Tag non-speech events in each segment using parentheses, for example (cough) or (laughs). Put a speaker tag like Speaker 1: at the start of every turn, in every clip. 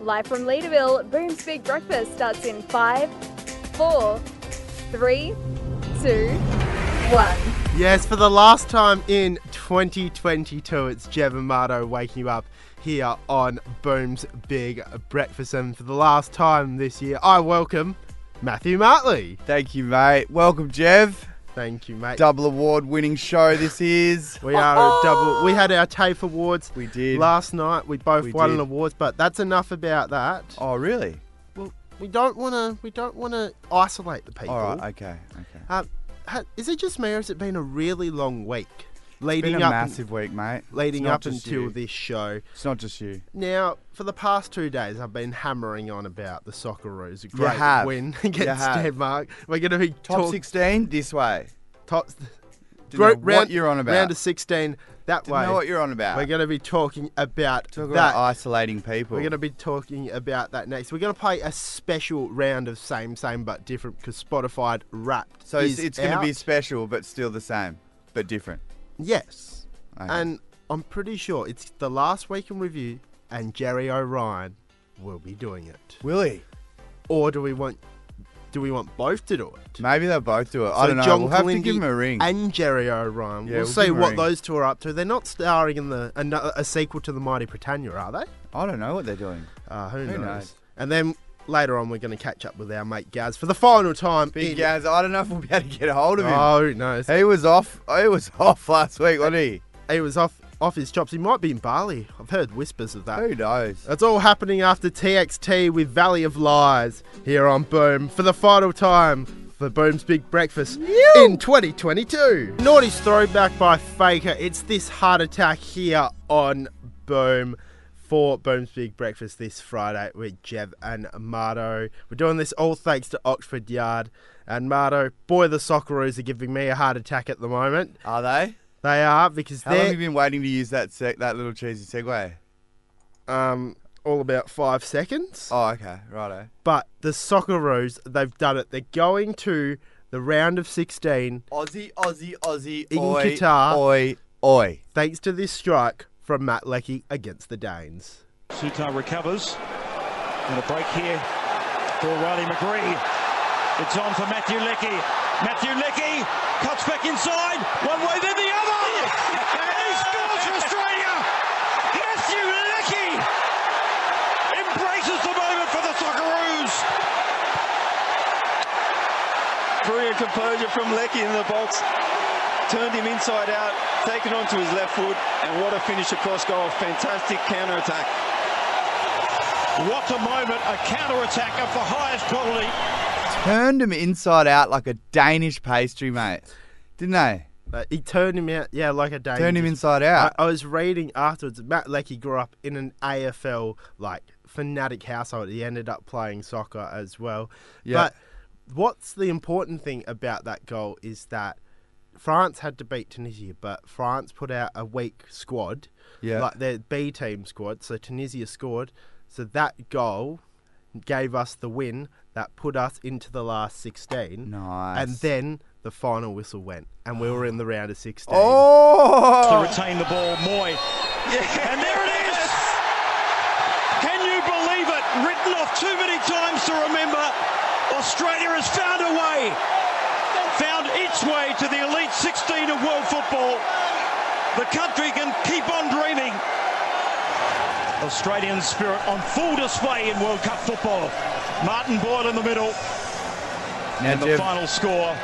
Speaker 1: Live from Leaderville, Boom's Big Breakfast starts in five, four, three, two, one.
Speaker 2: Yes, for the last time in 2022, it's Jev Amato waking you up here on Boom's Big Breakfast. And for the last time this year, I welcome Matthew Martley.
Speaker 3: Thank you, mate. Welcome, Jev.
Speaker 2: Thank you, mate.
Speaker 3: Double award winning show this is.
Speaker 2: We are a double. We had our TAFE awards
Speaker 3: We did.
Speaker 2: last night. We both
Speaker 3: We
Speaker 2: won
Speaker 3: did.
Speaker 2: an awards, but that's enough about that.
Speaker 3: oh, really?
Speaker 2: Well, we don't want to. We don't want to isolate the people.
Speaker 3: All right. Okay. Okay.
Speaker 2: Uh, ha- is it just me, or has it been a really long week
Speaker 3: It's
Speaker 2: leading
Speaker 3: been a
Speaker 2: up,
Speaker 3: massive week, mate.
Speaker 2: leading
Speaker 3: It's not
Speaker 2: up
Speaker 3: just
Speaker 2: until
Speaker 3: you.
Speaker 2: this show?
Speaker 3: It's not just you.
Speaker 2: Now, for the past two days, I've been hammering on about the Socceroos. A
Speaker 3: You
Speaker 2: great
Speaker 3: have.
Speaker 2: win
Speaker 3: You
Speaker 2: against
Speaker 3: have.
Speaker 2: Denmark. We're going to be
Speaker 3: Top
Speaker 2: talk-
Speaker 3: 16 this way.
Speaker 2: top
Speaker 3: Didn't
Speaker 2: group
Speaker 3: know what
Speaker 2: round.
Speaker 3: you're on about.
Speaker 2: round of sixteen that
Speaker 3: Didn't
Speaker 2: way.
Speaker 3: know what you're on about.
Speaker 2: We're going to be talking about
Speaker 3: Talk
Speaker 2: that.
Speaker 3: about isolating people.
Speaker 2: We're going to be talking about that next. We're going to play a special round of same, same but different because Spotify Wrapped.
Speaker 3: so it's,
Speaker 2: is
Speaker 3: it's going to be
Speaker 2: out.
Speaker 3: special, but still the same, but different.
Speaker 2: yes,
Speaker 3: Okay.
Speaker 2: and I'm pretty sure it's the last week in review, and Jerry O'Ryan will be doing it.
Speaker 3: Willie.
Speaker 2: Or do we want? Do we want both to do it?
Speaker 3: Maybe they'll both do it. I
Speaker 2: So
Speaker 3: don't know.
Speaker 2: John
Speaker 3: we'll have to
Speaker 2: Kalindi
Speaker 3: give him a ring.
Speaker 2: And Jerry O'Ryan.
Speaker 3: Yeah,
Speaker 2: we'll,
Speaker 3: we'll
Speaker 2: see
Speaker 3: give 'em a
Speaker 2: what
Speaker 3: ring.
Speaker 2: those two are up to. They're not starring in the another, a sequel to the Mighty Britannia, are they?
Speaker 3: I don't know what they're doing.
Speaker 2: Uh, who, knows?
Speaker 3: Who knows?
Speaker 2: And then later on, we're going to catch up with our mate Gaz for the final time.
Speaker 3: Big
Speaker 2: in-
Speaker 3: Gaz, I don't know if we'll be able to get a hold of him.
Speaker 2: Oh no,
Speaker 3: He was off. He was (laughs) off last week, wasn't he?
Speaker 2: he was off off his chops. He might be in Bali. I've heard whispers of that.
Speaker 3: Who knows?
Speaker 2: That's all happening after TXT with Valley of Lies here on Boom for the final time for Boom's Big Breakfast in 2022. Naughty's throwback by Faker. It's this heart attack here on Boom for Boom's Big Breakfast this Friday with Jev and Mardo. We're doing this all thanks to Oxford Yard. And Mardo, boy, the Socceroos are giving me a heart attack at the moment.
Speaker 3: Are they?
Speaker 2: They are because
Speaker 3: How long
Speaker 2: they're
Speaker 3: have you been waiting to use that seg- that little cheesy segue?
Speaker 2: um, all about five seconds.
Speaker 3: Oh, okay, righto.
Speaker 2: But the Socceroos, they've done it. They're going to the round of 16
Speaker 3: Aussie, Aussie, Aussie.
Speaker 2: In
Speaker 3: oi,
Speaker 2: Qatar.
Speaker 3: Oi, oi.
Speaker 2: thanks to this strike from Matt Leckie against the Danes.
Speaker 4: Sutar recovers. And a break here for Riley McGree. It's on for Matthew Leckie. Matthew Leckie cuts back inside. One way, then the other. He scores for Australia. Matthew Leckie embraces the moment for the Socceroos.
Speaker 5: Brilliant composure from Lecky in the box. Turned him inside out, taken onto his left foot, and what a finish across goal. Fantastic counter attack.
Speaker 4: What a moment. A counter-attack of the highest quality.
Speaker 3: Turned him inside out like a Danish pastry, mate. Didn't they?
Speaker 2: Uh, he turned him out, yeah, like a Dane.
Speaker 3: Turned him
Speaker 2: did.
Speaker 3: inside
Speaker 4: Uh,
Speaker 3: out.
Speaker 2: I, I was reading afterwards. Matt Leckie grew up in an AFL like fanatic household. He ended up playing soccer as well.
Speaker 3: Yeah.
Speaker 2: But what's the important thing about that goal is that France had to beat Tunisia, but France put out a weak squad.
Speaker 3: Yeah.
Speaker 2: Like their B team squad. So Tunisia scored. So that goal gave us the win that put us into the last 16.
Speaker 3: Nice.
Speaker 2: And then the final whistle went, and we were in the round of 16.
Speaker 4: To
Speaker 3: oh,
Speaker 4: retain the ball, Moy. And there it is. Can you believe it? Written off too many times to remember. Australia has found a way, found its way to the Elite 16 of world football. The country can keep on dreaming. Australian spirit on full display in World Cup football. Martin Boyle in the middle,
Speaker 3: now
Speaker 4: and the
Speaker 3: Jeff,
Speaker 4: final score.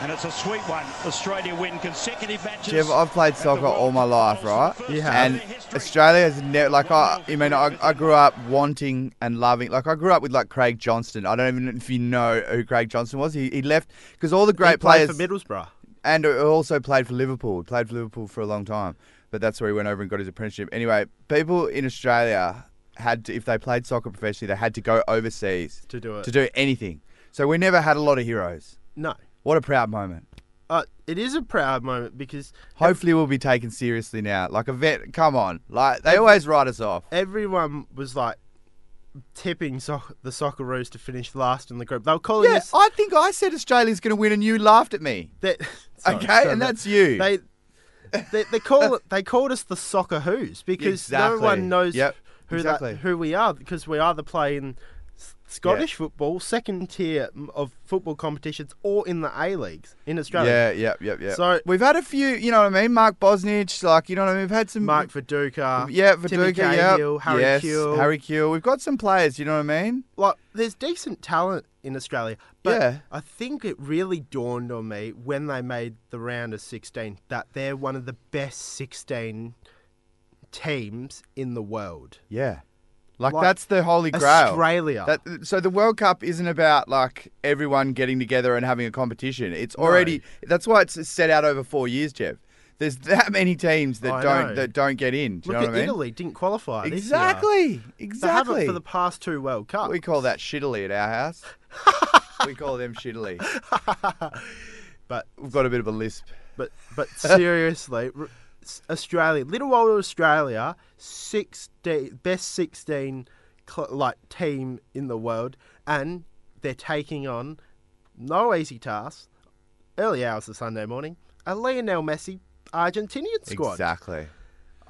Speaker 4: And it's a sweet one. Australia win consecutive matches.
Speaker 3: Jeff, I've played
Speaker 4: at the
Speaker 3: soccer
Speaker 4: World
Speaker 3: all my
Speaker 4: Cup
Speaker 3: life, right?
Speaker 4: finals for the first
Speaker 2: Yeah.
Speaker 4: time in
Speaker 3: And
Speaker 4: their history.
Speaker 3: Australia has never, like, I, I mean, I, I grew up wanting and loving, like, I grew up with, like, Craig Johnston. I don't even know if you know who Craig Johnston was. He, he left because all the great
Speaker 2: He played
Speaker 3: players.
Speaker 2: for Middlesbrough.
Speaker 3: and also played for Liverpool. Played for Liverpool for a long time, but that's where he went over and got his apprenticeship. Anyway, people in Australia had to, if they played soccer professionally, they had to go overseas
Speaker 2: To do it.
Speaker 3: to do anything. So we never had a lot of heroes.
Speaker 2: No.
Speaker 3: What a proud moment.
Speaker 2: Uh, it is a proud moment because
Speaker 3: Hopefully, we'll be taken seriously now. Like a vet, come on! Like they always write us off.
Speaker 2: everyone was like tipping soc the Socceroos to finish last in the group. They were calling
Speaker 3: Yeah,
Speaker 2: us
Speaker 3: I think I said Australia's going to win, and you laughed at me.
Speaker 2: (laughs) that.
Speaker 3: (laughs) Okay, and
Speaker 2: that-
Speaker 3: that's you. (laughs)
Speaker 2: They they, they call it, they called us the Soccer Who's because no
Speaker 3: Exactly.
Speaker 2: one knows
Speaker 3: Yep.
Speaker 2: who
Speaker 3: Exactly.
Speaker 2: that, who we are because we are the play in S- Scottish football, second tier mm, of football competitions, or in the A leagues in Australia.
Speaker 3: Yeah, yeah, yeah, yeah.
Speaker 2: So-
Speaker 3: we've had a few, you know what I mean? Mark Bosnich, like, you know what I mean? We've had some
Speaker 2: Mark Viduka,
Speaker 3: yeah,
Speaker 2: Timmy
Speaker 3: Viduka, yeah,
Speaker 2: Cahill, Harry
Speaker 3: yes,
Speaker 2: Kewell.
Speaker 3: Harry Kewell. We've got some players, you know what I mean?
Speaker 2: like there's decent talent in Australia, but
Speaker 3: Yeah.
Speaker 2: I think it really dawned on me when they made the round of 16 that they're one of the best 16 teams in the world.
Speaker 3: Yeah, like,
Speaker 2: Like,
Speaker 3: that's the holy grail.
Speaker 2: Australia.
Speaker 3: That, so the World Cup isn't about like everyone getting together and having a competition. It's already that's why it's set out over four years, Jeff. There's that many teams that
Speaker 2: I
Speaker 3: don't
Speaker 2: know.
Speaker 3: that don't get in. Do you
Speaker 2: Look
Speaker 3: know
Speaker 2: at
Speaker 3: what I mean?
Speaker 2: Italy didn't qualify. this year.
Speaker 3: Exactly.
Speaker 2: They haven't
Speaker 3: Exactly.
Speaker 2: for the past two World Cups.
Speaker 3: we call that shittily at our house.
Speaker 2: (laughs)
Speaker 3: we call them shittily.
Speaker 2: But-
Speaker 3: we've got a bit of a lisp.
Speaker 2: But but seriously, r- s- Australia, little old Australia, sixteen best sixteen cl- like team in the world, and they're taking on no easy task. Early hours of Sunday morning, a Lionel Messi Argentinian squad.
Speaker 3: Exactly.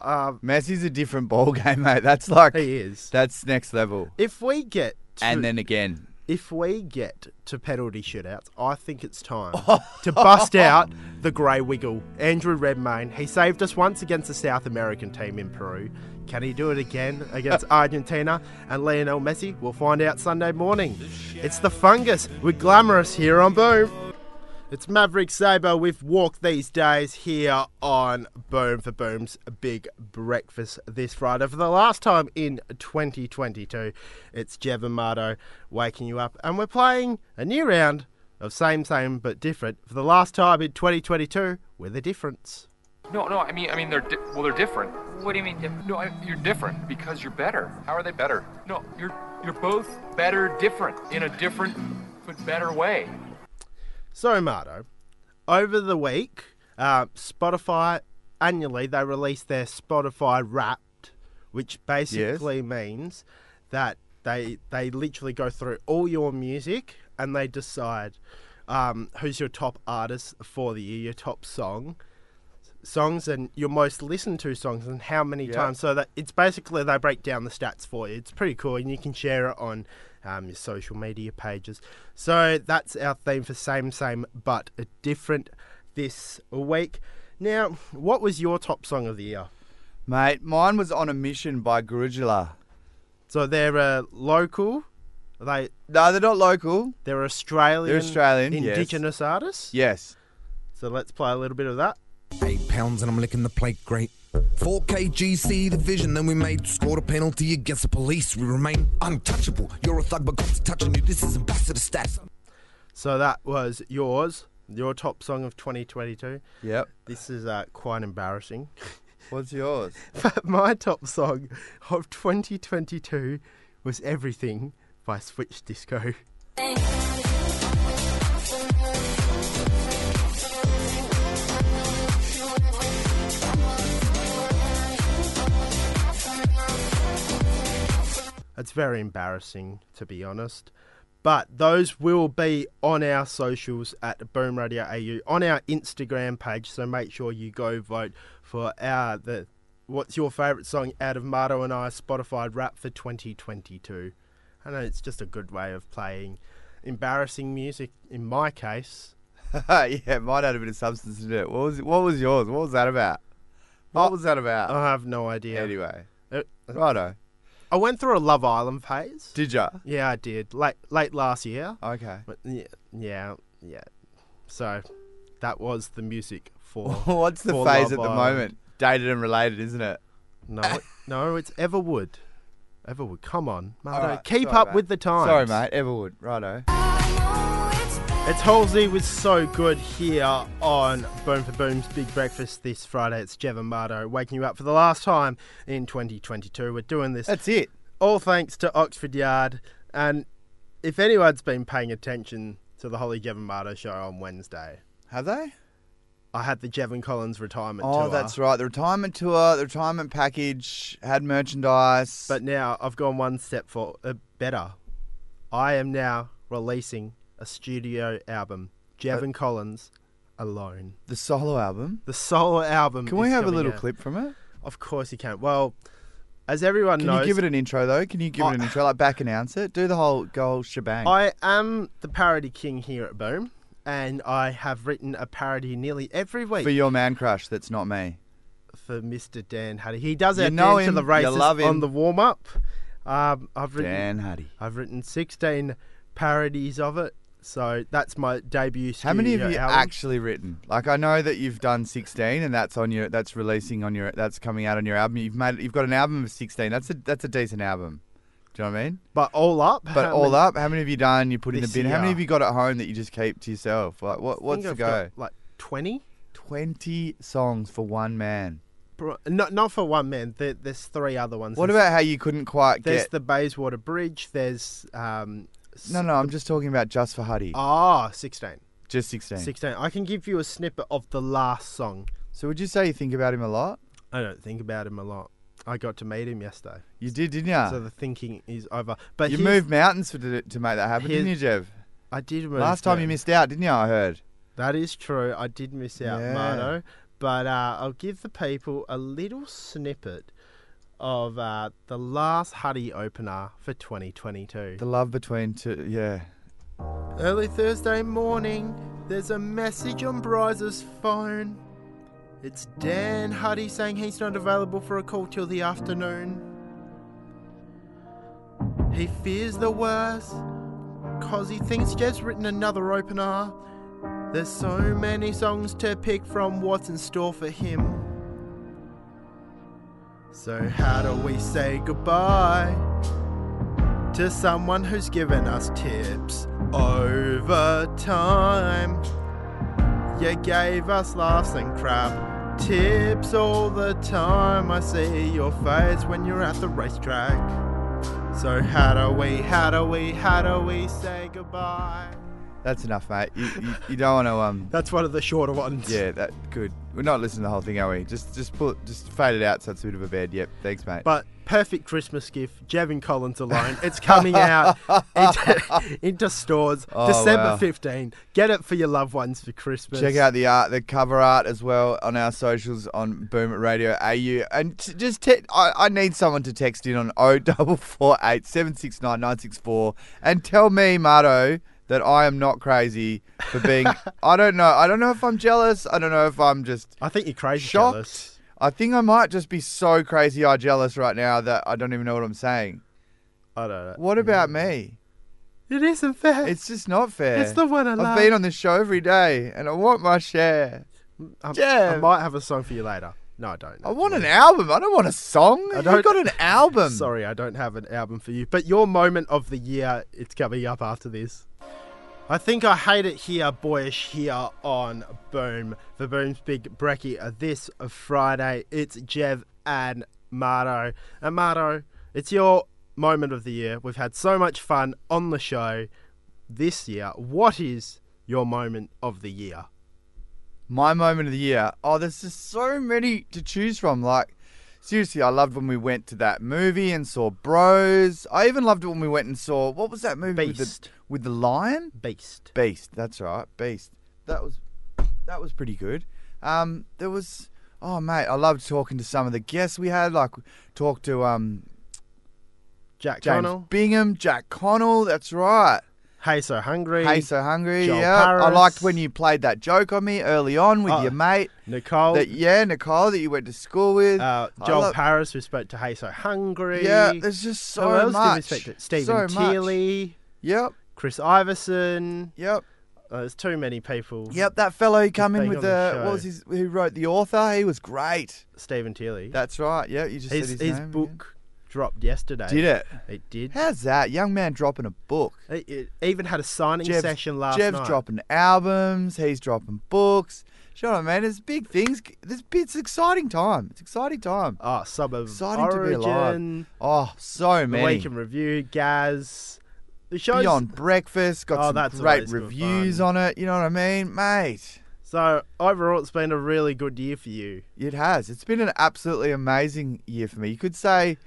Speaker 2: Um,
Speaker 3: Messi's a different ball game, mate. That's like
Speaker 2: he is.
Speaker 3: that's next level.
Speaker 2: If we get to,
Speaker 3: And then again,
Speaker 2: if we get to penalty shootouts, I think it's time to bust out the Grey Wiggle, Andrew Redmayne. He saved us once against the South American team in Peru. Can he do it again against Argentina and Lionel Messi? We'll find out Sunday morning. It's the fungus. We're glamorous here on Boom. It's Maverick Sabre with Walk These Days here on Boom for Boom's Big Breakfast this Friday. For the last time in 2022, it's Jev Amato waking you up, and we're playing a new round of Same, Same but Different for the last time in 2022 with a difference.
Speaker 6: No, no. I mean, I mean, they're di- well, they're different.
Speaker 7: What do you mean different?
Speaker 6: No, I, you're different because you're better. How are they better? No, you're you're both better, different in a different but better way.
Speaker 2: So, Marto, over the week, uh, Spotify annually they release their Spotify Wrapped, which basically means that they they literally go through all your music and they decide um, who's your top artist for the year, your top song songs and your most listened to songs and how many times so that it's basically they break down the stats for you it's pretty cool and you can share it on um, your social media pages so that's our theme for same same but different this week now what was your top song of the year
Speaker 3: mate, mine was on a mission by Gurujula.
Speaker 2: so they're uh, local they
Speaker 3: No, they're not local.
Speaker 2: they're australian
Speaker 3: Australian, yes.
Speaker 2: indigenous artists
Speaker 3: Yes.
Speaker 2: so let's play a little bit of that
Speaker 8: Eight pounds and I'm licking the plate great. 4K GC, the vision that we made. Scored a penalty against the police. We remain untouchable. You're a thug, but cops are touching you. This is ambassador stats.
Speaker 2: so that was yours your top song of 2022
Speaker 3: Yep.
Speaker 2: this is uh, quite embarrassing
Speaker 3: What's yours?
Speaker 2: (laughs) But my top song of 2022 was Everything by Switch Disco. It's very embarrassing, to be honest. But those will be on our socials at Boom Radio AU, on our Instagram page. So make sure you go vote for our the what's your favourite song out of Marto and I Spotify rap for 2022. I know it's just a good way of playing embarrassing music. In my case,
Speaker 3: (laughs) yeah, mine had a bit of substance in it. What was what was yours? What was that about? What was that about?
Speaker 2: I have no idea.
Speaker 3: Anyway,
Speaker 2: Uh,
Speaker 3: righto.
Speaker 2: I went through a Love Island phase.
Speaker 3: Did ya?
Speaker 2: yeah, I did late late last year.
Speaker 3: Okay.
Speaker 2: But yeah, yeah, yeah. So that was the music for.
Speaker 3: (laughs) (laughs) What's the
Speaker 2: for
Speaker 3: phase
Speaker 2: Love
Speaker 3: at the
Speaker 2: Island.
Speaker 3: moment? Dated and related, isn't it?
Speaker 2: No, it- no, it's Everwood. Everwood, come on, Marto,
Speaker 3: Alright,
Speaker 2: keep
Speaker 3: sorry,
Speaker 2: up
Speaker 3: mate.
Speaker 2: with the times.
Speaker 3: Sorry, mate. Everwood. Righto.
Speaker 2: It's Halsey with So Good here on Boom for Boom's Big Breakfast this Friday. It's Jeff and Mardo waking you up for the last time in 2022. We're doing this
Speaker 3: That's it.
Speaker 2: all thanks to Oxford Yard. And if anyone's been paying attention to the Holly Jeff and Mardo show on Wednesday,
Speaker 3: Have they?
Speaker 2: I had the Jevon Collins retirement
Speaker 3: Oh,
Speaker 2: tour.
Speaker 3: that's right. The retirement tour, the retirement package had merchandise.
Speaker 2: But now I've gone one step for uh, better. I am now releasing a studio album, Jevon Collins Alone.
Speaker 3: the solo album.
Speaker 2: The solo album.
Speaker 3: Can we
Speaker 2: is
Speaker 3: have a
Speaker 2: coming
Speaker 3: little
Speaker 2: out.
Speaker 3: clip from it?
Speaker 2: Of course you can. Well, as everyone
Speaker 3: Can
Speaker 2: knows,
Speaker 3: you give it an intro though? Can you give it an intro? Like back announce it. Do the whole goal shebang.
Speaker 2: I am the parody king here at Boom, and I have written a parody nearly every week
Speaker 3: for your man crush, that's not me.
Speaker 2: for Mr. Dan Huddy. He does
Speaker 3: You
Speaker 2: our Dan
Speaker 3: know
Speaker 2: to
Speaker 3: him,
Speaker 2: the
Speaker 3: you
Speaker 2: races
Speaker 3: love him.
Speaker 2: on the warm up. Um, I've written
Speaker 3: Dan Huddy.
Speaker 2: I've written 16 parodies of it, so that's my debut.
Speaker 3: How many have
Speaker 2: studio
Speaker 3: you
Speaker 2: album.
Speaker 3: actually written? Like I know that you've done 16 and that's on your that's releasing on your that's coming out on your album. You've made you've got an album of 16. That's a that's a decent album. Do you know what I mean?
Speaker 2: But all up,
Speaker 3: But
Speaker 2: how
Speaker 3: all
Speaker 2: many-
Speaker 3: up, how many have you done? You put in the
Speaker 2: This
Speaker 3: bin. How many
Speaker 2: year.
Speaker 3: have you got at home that you just keep to yourself? Like what
Speaker 2: I think
Speaker 3: what's the
Speaker 2: I've
Speaker 3: go?
Speaker 2: got, Like 20.
Speaker 3: 20 songs for one man.
Speaker 2: Bro- Not not for one man. There, there's three other ones.
Speaker 3: What
Speaker 2: There's-
Speaker 3: about how you couldn't quite
Speaker 2: There's
Speaker 3: get?
Speaker 2: the Bayswater Bridge. There's um. s-
Speaker 3: no, no, I'm just talking about just for Huddy.
Speaker 2: Ah, 16.
Speaker 3: just 16.
Speaker 2: 16. I can give you a snippet of the last song.
Speaker 3: So would you say you think about him a lot?
Speaker 2: I don't think about him a lot. I got to meet him yesterday,
Speaker 3: You did, didn't ya?
Speaker 2: so the thinking is over. But
Speaker 3: Ah. you
Speaker 2: here's-
Speaker 3: moved mountains for, to, to make that happen,
Speaker 2: here's-
Speaker 3: didn't you, Jeff?
Speaker 2: I did move.
Speaker 3: Last time
Speaker 2: down.
Speaker 3: you missed out, didn't you? I heard.
Speaker 2: That is true. I did miss out,
Speaker 3: Yeah.
Speaker 2: Marno. But uh, I'll give the people a little snippet of uh, the last Huddy opener for 2022.
Speaker 3: The love between two, yeah.
Speaker 2: Early Thursday morning, there's a message on Bryce's phone. It's Dan Huddy saying he's not available for a call till the afternoon. He fears the worst, cause he thinks Jeff's written another opener. There's so many songs to pick from, what's in store for him? So, how do we say goodbye? to someone who's given us tips over time. You gave us laughs and crap tips all the time. I see your face when you're at the racetrack. So, how do we, how do we, how do we say goodbye?
Speaker 3: That's enough, mate. You, you, you don't want to um.
Speaker 2: That's one of the shorter ones.
Speaker 3: Yeah, that good. We're not listening to the whole thing, are we? Just just put just fade it out so it's a bit of a bed. Yep, thanks, mate.
Speaker 2: But perfect Christmas gift, Jevin Collins alone. It's coming
Speaker 3: (laughs)
Speaker 2: out into, into stores
Speaker 3: Oh, wow.
Speaker 2: December 15. Get it for your loved ones for Christmas.
Speaker 3: Check out the art, the cover art as well on our socials on Boom Radio AU, and t- just te- I, I need someone to text in on (laughs) 0448 769 964 and tell me, Marto, that I am not crazy
Speaker 2: (laughs)
Speaker 3: for being. I don't know. I don't know if I'm jealous. I don't know if I'm just
Speaker 2: I think you're crazy
Speaker 3: shocked.
Speaker 2: jealous.
Speaker 3: I think I might just be so crazy eye jealous right now that I don't even know what I'm saying.
Speaker 2: I don't know.
Speaker 3: What about me?
Speaker 2: It isn't fair.
Speaker 3: It's just not fair.
Speaker 2: Mm. It's the one I
Speaker 3: I've
Speaker 2: love.
Speaker 3: been on this show every day, and I want my share.
Speaker 2: I, Um, I
Speaker 3: Jeff.
Speaker 2: might have a song for you later. No, I don't.
Speaker 3: I want an album. I don't want a song. I
Speaker 2: don't-
Speaker 3: have got an album.
Speaker 2: Sorry, I don't have an album for you. But your moment of the year, it's coming up after this. I think I hate it here, boyish here on Boom. The Boom's Big Brekkie uh, this Friday. It's Jev and Marto. And Marto, it's your moment of the year. We've had so much fun on the show this year. What is your moment of the year?
Speaker 3: My moment of the year. Oh, there's just so many to choose from. Like, seriously, I loved when we went to that movie and saw Bros. I even loved it when we went and saw what was that movie with the
Speaker 2: Beast.
Speaker 3: with the lion?
Speaker 2: Beast.
Speaker 3: Beast. That's right, Beast. That was that was pretty good. Um, there was oh mate, I loved talking to some of the guests we had. Like, talked to um
Speaker 2: Jack
Speaker 3: James
Speaker 2: Connell.
Speaker 3: Bingham, Jack Connell. That's right.
Speaker 2: Hey, so hungry.
Speaker 3: Hey, so hungry.
Speaker 2: Joel
Speaker 3: yeah, I
Speaker 2: Paris.
Speaker 3: liked when you played that joke on me early on with
Speaker 2: Oh.
Speaker 3: your mate.
Speaker 2: Nicole.
Speaker 3: That yeah, Nicole, that you went to school with.
Speaker 2: uh,
Speaker 3: I
Speaker 2: Joel
Speaker 3: love-
Speaker 2: Paris, who spoke to Hey So Hungry.
Speaker 3: Yeah, there's just
Speaker 2: Who
Speaker 3: so
Speaker 2: else did we
Speaker 3: much.
Speaker 2: speak to? Stephen
Speaker 3: so much.
Speaker 2: Teely,
Speaker 3: Yep,
Speaker 2: Chris Iverson.
Speaker 3: yep,
Speaker 2: Uh, there's too many people.
Speaker 3: yep. That fellow who come in
Speaker 2: been
Speaker 3: with
Speaker 2: on
Speaker 3: the,
Speaker 2: the show.
Speaker 3: what was his? Who wrote the author? He was great.
Speaker 2: Stephen Teely.
Speaker 3: That's right. Yeah, you just
Speaker 2: his
Speaker 3: said his,
Speaker 2: his
Speaker 3: name, yeah.
Speaker 2: book dropped yesterday.
Speaker 3: Did it?
Speaker 2: It did.
Speaker 3: How's that? Young man dropping a book.
Speaker 2: It, it even had a signing
Speaker 3: Jev's,
Speaker 2: session last
Speaker 3: Jev's
Speaker 2: night.
Speaker 3: dropping albums. He's dropping books. You know what I mean? There's big things. There's it's an exciting time. It's an exciting time.
Speaker 2: Oh, Sub of
Speaker 3: Exciting
Speaker 2: Origin.
Speaker 3: to be alive. Oh, so
Speaker 2: The
Speaker 3: many.
Speaker 2: Week in Review. Gaz. The show's
Speaker 3: Beyond Breakfast got
Speaker 2: Oh,
Speaker 3: some
Speaker 2: that's
Speaker 3: great
Speaker 2: always good
Speaker 3: reviews
Speaker 2: fun.
Speaker 3: on it. You know what I mean, mate?
Speaker 2: So overall, it's been a really good year for you.
Speaker 3: It has. It's been an absolutely amazing year for me. You could say,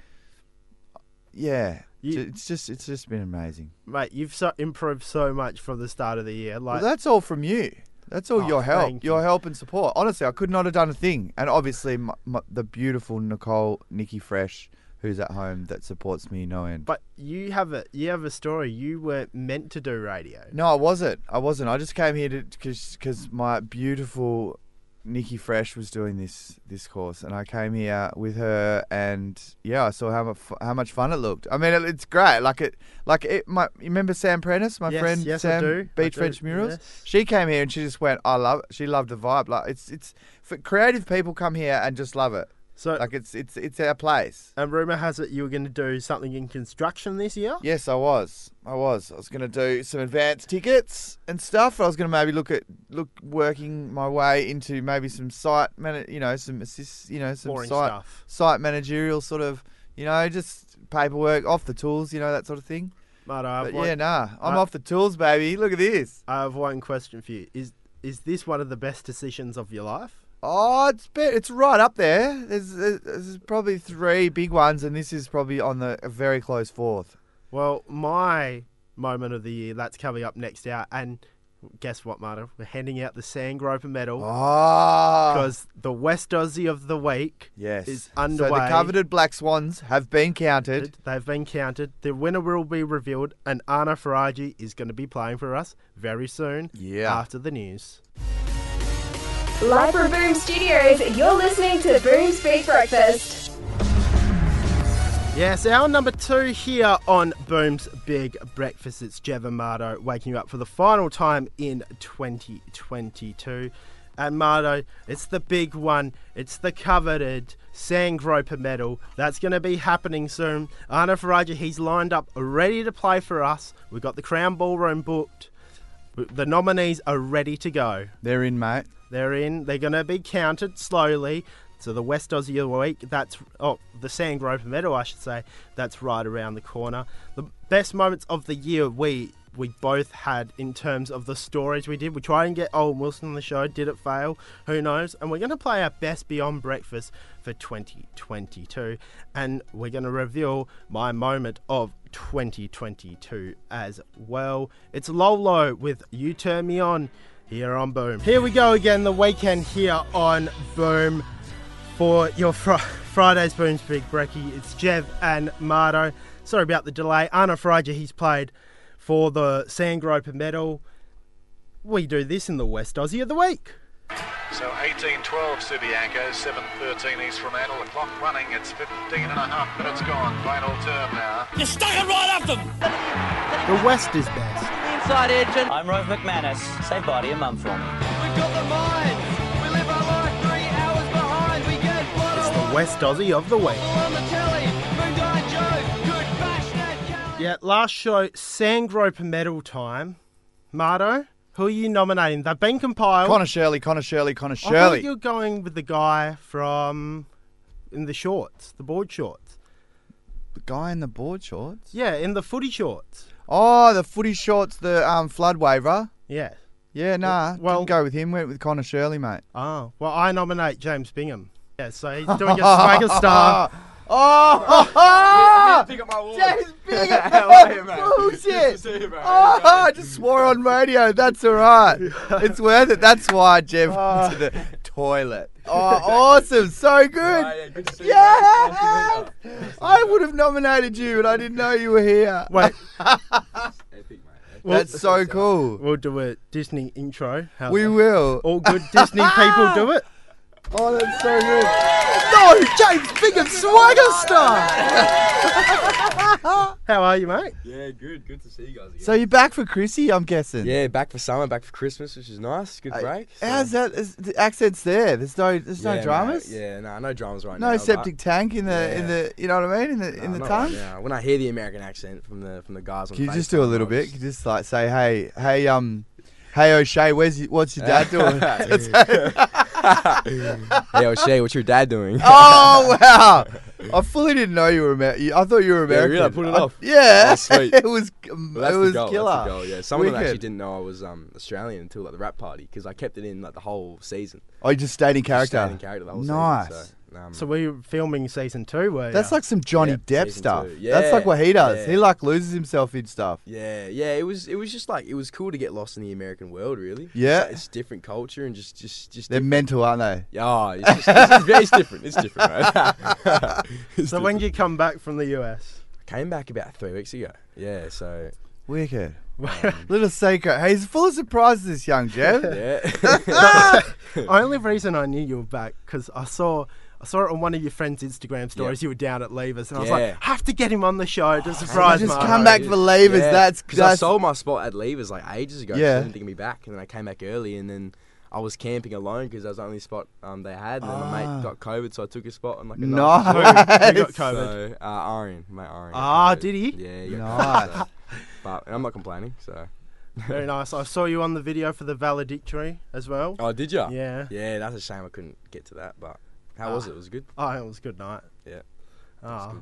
Speaker 3: yeah.
Speaker 2: You-
Speaker 3: it's just it's just been amazing.
Speaker 2: mate, you've so improved so much from the start of the year. Like,
Speaker 3: well, that's all from you. That's all
Speaker 2: Oh,
Speaker 3: your help,
Speaker 2: thank
Speaker 3: your
Speaker 2: you.
Speaker 3: help and support. Honestly, I could not have done a thing. And obviously, my, my, the beautiful Nicole, Nikki Fresh, who's at home that supports me no end.
Speaker 2: But you have a you have a story. You were meant to do radio.
Speaker 3: No, I wasn't. I wasn't. I just came here to because my beautiful Nikki Fresh was doing this this course, and I came here with her, and yeah, I saw how much how much fun it looked. I mean, it, it's great. Like it, like it. My you remember Sam Prentice, my
Speaker 2: Yes,
Speaker 3: friend
Speaker 2: yes, I
Speaker 3: Sam
Speaker 2: do. I
Speaker 3: Beach
Speaker 2: do,
Speaker 3: French Murals.
Speaker 2: yes.
Speaker 3: She came here and she just went, I love. It. She loved the vibe. Like it's it's for creative people come here and just love it.
Speaker 2: So,
Speaker 3: Like it's it's it's our place.
Speaker 2: and rumor has it you were going to do something in construction this year.
Speaker 3: Yes, I was. I was. I was going to do some advance tickets and stuff. I was going to maybe look at look working my way into maybe some site man, you know, some assist, you know, some
Speaker 2: Boring
Speaker 3: site
Speaker 2: stuff.
Speaker 3: site managerial sort of, you know, just paperwork off the tools, you know, that sort of thing.
Speaker 2: But, I have
Speaker 3: But
Speaker 2: one,
Speaker 3: yeah, nah, I'm
Speaker 2: I-
Speaker 3: off the tools, baby. Look at this.
Speaker 2: I have one question for you. Is is this one of the best decisions of your life?
Speaker 3: Oh, it's bit, it's right up there. There's, there's probably three big ones, and this is probably on the a very close fourth.
Speaker 2: Well, my moment of the year that's coming up next hour, and guess what, Marta? We're handing out the Sand Groper Medal.
Speaker 3: Oh. Ah,
Speaker 2: because the West Aussie of the week
Speaker 3: Yes.
Speaker 2: is underway.
Speaker 3: So the coveted black swans have been counted.
Speaker 2: They've been counted. The winner will be revealed, and Anna Faraji is going to be playing for us very soon.
Speaker 3: Yeah.
Speaker 2: After the news.
Speaker 1: Live from Boom Studios, you're listening to Boom's Big Breakfast.
Speaker 2: Yes, our number two here on Boom's Big Breakfast. It's Jev Mardo waking you up for the final time in 2022. And Mardo, it's the big one. It's the coveted Sangroper medal. That's going to be happening soon. Anna Faraja, he's lined up ready to play for us. We've got the Crown Ballroom booked. The nominees are ready to go.
Speaker 3: They're in, mate.
Speaker 2: They're in. They're going to be counted slowly. So the West Aussie of the Week, that's, oh, the Sand Groper Medal, I should say, that's right around the corner. The best moments of the year we we both had in terms of the stories we did. We tried and get Owen Wilson on the show, did it fail? Who knows? And we're going to play our best Beyond Breakfast for 2022. And we're going to reveal my moment of 2022 as well. It's Lolo with You Turn Me On here on Boom. Here we go again, the weekend here on Boom for your fr- Friday's Boom's Big Brekkie. It's Jev and Mardo. Sorry about the delay. Anna Frazier, he's played for the Sandgroper medal. We do this in the West Aussie of the Week.
Speaker 7: So 18-12 Subiaco, 7-13 East from Adel. The clock running, it's 15 and a half minutes gone. Final term now.
Speaker 2: The West is best.
Speaker 9: Inside edge and I'm Rove McManus. Say bye to your mum for me. We've got the mind. We live our life three hours behind. We get what
Speaker 2: It's the West Aussie of the Week.
Speaker 9: on the telly. Moondyne Joe could bash that challenge.
Speaker 2: Yeah, last show, Sandgroper medal time. Mardo, who are you nominating? They've been compiled.
Speaker 3: Connor Shirley, Connor Shirley, Connor
Speaker 2: I thought
Speaker 3: Shirley.
Speaker 2: you're going with the guy from in the shorts, the board shorts.
Speaker 3: The guy in the board shorts.
Speaker 2: Yeah, in the footy shorts.
Speaker 3: Oh, the footy shorts, the um, flood waiver.
Speaker 2: Yeah.
Speaker 3: Yeah, nah.
Speaker 2: well-
Speaker 3: Well, didn't go with him. Went with Connor Shirley, mate.
Speaker 2: Oh, well, I nominate James Bingham. Yeah, so he's doing a
Speaker 3: (laughs)
Speaker 2: swagger star.
Speaker 3: Oh,
Speaker 5: Pick up my wallet.
Speaker 3: James Beard, (laughs) bullshit! Oh, I just swore on radio. That's all right. It's worth it. That's why Jeff went to the toilet. (laughs) Oh, awesome! So good. Yeah! I would have nominated you, but I didn't know you were here.
Speaker 2: Wait. we'll,
Speaker 3: That's so cool.
Speaker 2: we'll do a Disney intro. How's
Speaker 3: We
Speaker 2: that?
Speaker 3: will.
Speaker 2: All good Disney people
Speaker 3: (laughs)
Speaker 2: do it.
Speaker 3: Oh, that's so good. No, James Bingham Swagger Star.
Speaker 2: How are you, mate?
Speaker 10: Yeah, good. Good to see you guys again.
Speaker 3: So you're back for Chrissy, I'm guessing.
Speaker 10: yeah, back for summer, back for Christmas, which is nice. Good break. so-
Speaker 3: How's that? Is, the accent's there. There's no. There's
Speaker 10: Yeah,
Speaker 3: no dramas.
Speaker 10: yeah, no, no dramas right now.
Speaker 3: No
Speaker 10: but-
Speaker 3: septic tank in the in
Speaker 10: Yeah.
Speaker 3: the. You know what I mean? In the
Speaker 10: Nah,
Speaker 3: in the
Speaker 10: not
Speaker 3: tongue.
Speaker 10: right now. when I hear the American accent from the from the guys on
Speaker 3: Can you just
Speaker 10: FaceTime,
Speaker 3: do a little
Speaker 10: I
Speaker 3: bit?
Speaker 10: just-
Speaker 3: Can you just like say, hey, hey, um, hey O'Shea, where's your, what's your dad
Speaker 10: (laughs)
Speaker 3: doing?
Speaker 10: Hey, O'Shea, what's your dad doing?
Speaker 3: (laughs) oh wow! I fully didn't know you were American. I thought you were
Speaker 10: Yeah,
Speaker 3: American.
Speaker 10: really, I pulled it off.
Speaker 3: yeah, (laughs)
Speaker 10: That's sweet.
Speaker 3: it was
Speaker 10: Well, (laughs) that's
Speaker 3: it
Speaker 10: the
Speaker 3: was
Speaker 10: goal, that's the
Speaker 3: killer.
Speaker 10: goal, yeah, some of them actually
Speaker 3: Wicked.
Speaker 10: didn't know I was um, Australian until like the rap party because I kept it in like the whole season.
Speaker 3: Oh, you just stayed in character.
Speaker 10: Just stayed in character the whole
Speaker 3: nice.
Speaker 10: season. so- Um,
Speaker 2: So we were filming season two, were
Speaker 3: That's
Speaker 2: ya?
Speaker 3: like some Johnny
Speaker 10: Yeah,
Speaker 3: Depp
Speaker 10: season
Speaker 3: stuff.
Speaker 10: two.
Speaker 3: That's like
Speaker 10: Yeah,
Speaker 3: what he does.
Speaker 10: yeah.
Speaker 3: He like loses himself in stuff.
Speaker 10: yeah, yeah. It was it was just like it was cool to get lost in the American world, really. It's
Speaker 3: Yeah.
Speaker 10: like, it's different culture and just just just.
Speaker 3: They're
Speaker 10: different-
Speaker 3: mental, aren't they?
Speaker 10: Yeah, oh, it's, just, it's, it's, very- it's different. It's different, (laughs) right? It's
Speaker 2: So
Speaker 10: different.
Speaker 2: when did you come back from the US?
Speaker 10: came back about three weeks ago. Yeah, so
Speaker 3: Wicked. Little secret. He's full of surprises, this young Jeff.
Speaker 10: yeah.
Speaker 2: Only reason I knew you were back because I saw I saw it on one of your friends' Instagram stories. You were down at Levers, and I was
Speaker 10: Yeah.
Speaker 2: like, have to get him on the show to surprise
Speaker 3: just
Speaker 2: Mark."
Speaker 3: come back for Levers, that's-
Speaker 10: because I
Speaker 3: that's-
Speaker 10: sold my spot at Levers like ages ago.
Speaker 3: Yeah.
Speaker 10: Yeah, so they didn't think of me back, and then I came back early, and then I was camping alone because that was the only spot um, they had. And then my mate got COVID, so I took a spot on like another.
Speaker 2: (laughs)
Speaker 3: Nice.
Speaker 2: Who got COVID?
Speaker 10: (laughs) So, uh, Arian, my Arian.
Speaker 2: Ah,
Speaker 10: got
Speaker 2: did he?
Speaker 10: COVID. Yeah, he got
Speaker 3: Nice.
Speaker 10: COVID, so- But and I'm not complaining. So.
Speaker 2: Very nice. I saw you on the video for the valedictory as well.
Speaker 10: Oh, did ya?
Speaker 2: Yeah.
Speaker 10: Yeah, Ah. that's a shame I couldn't get to that. But how was it? It was good.
Speaker 2: Oh, it was a good night.
Speaker 10: Yeah.
Speaker 2: Oh.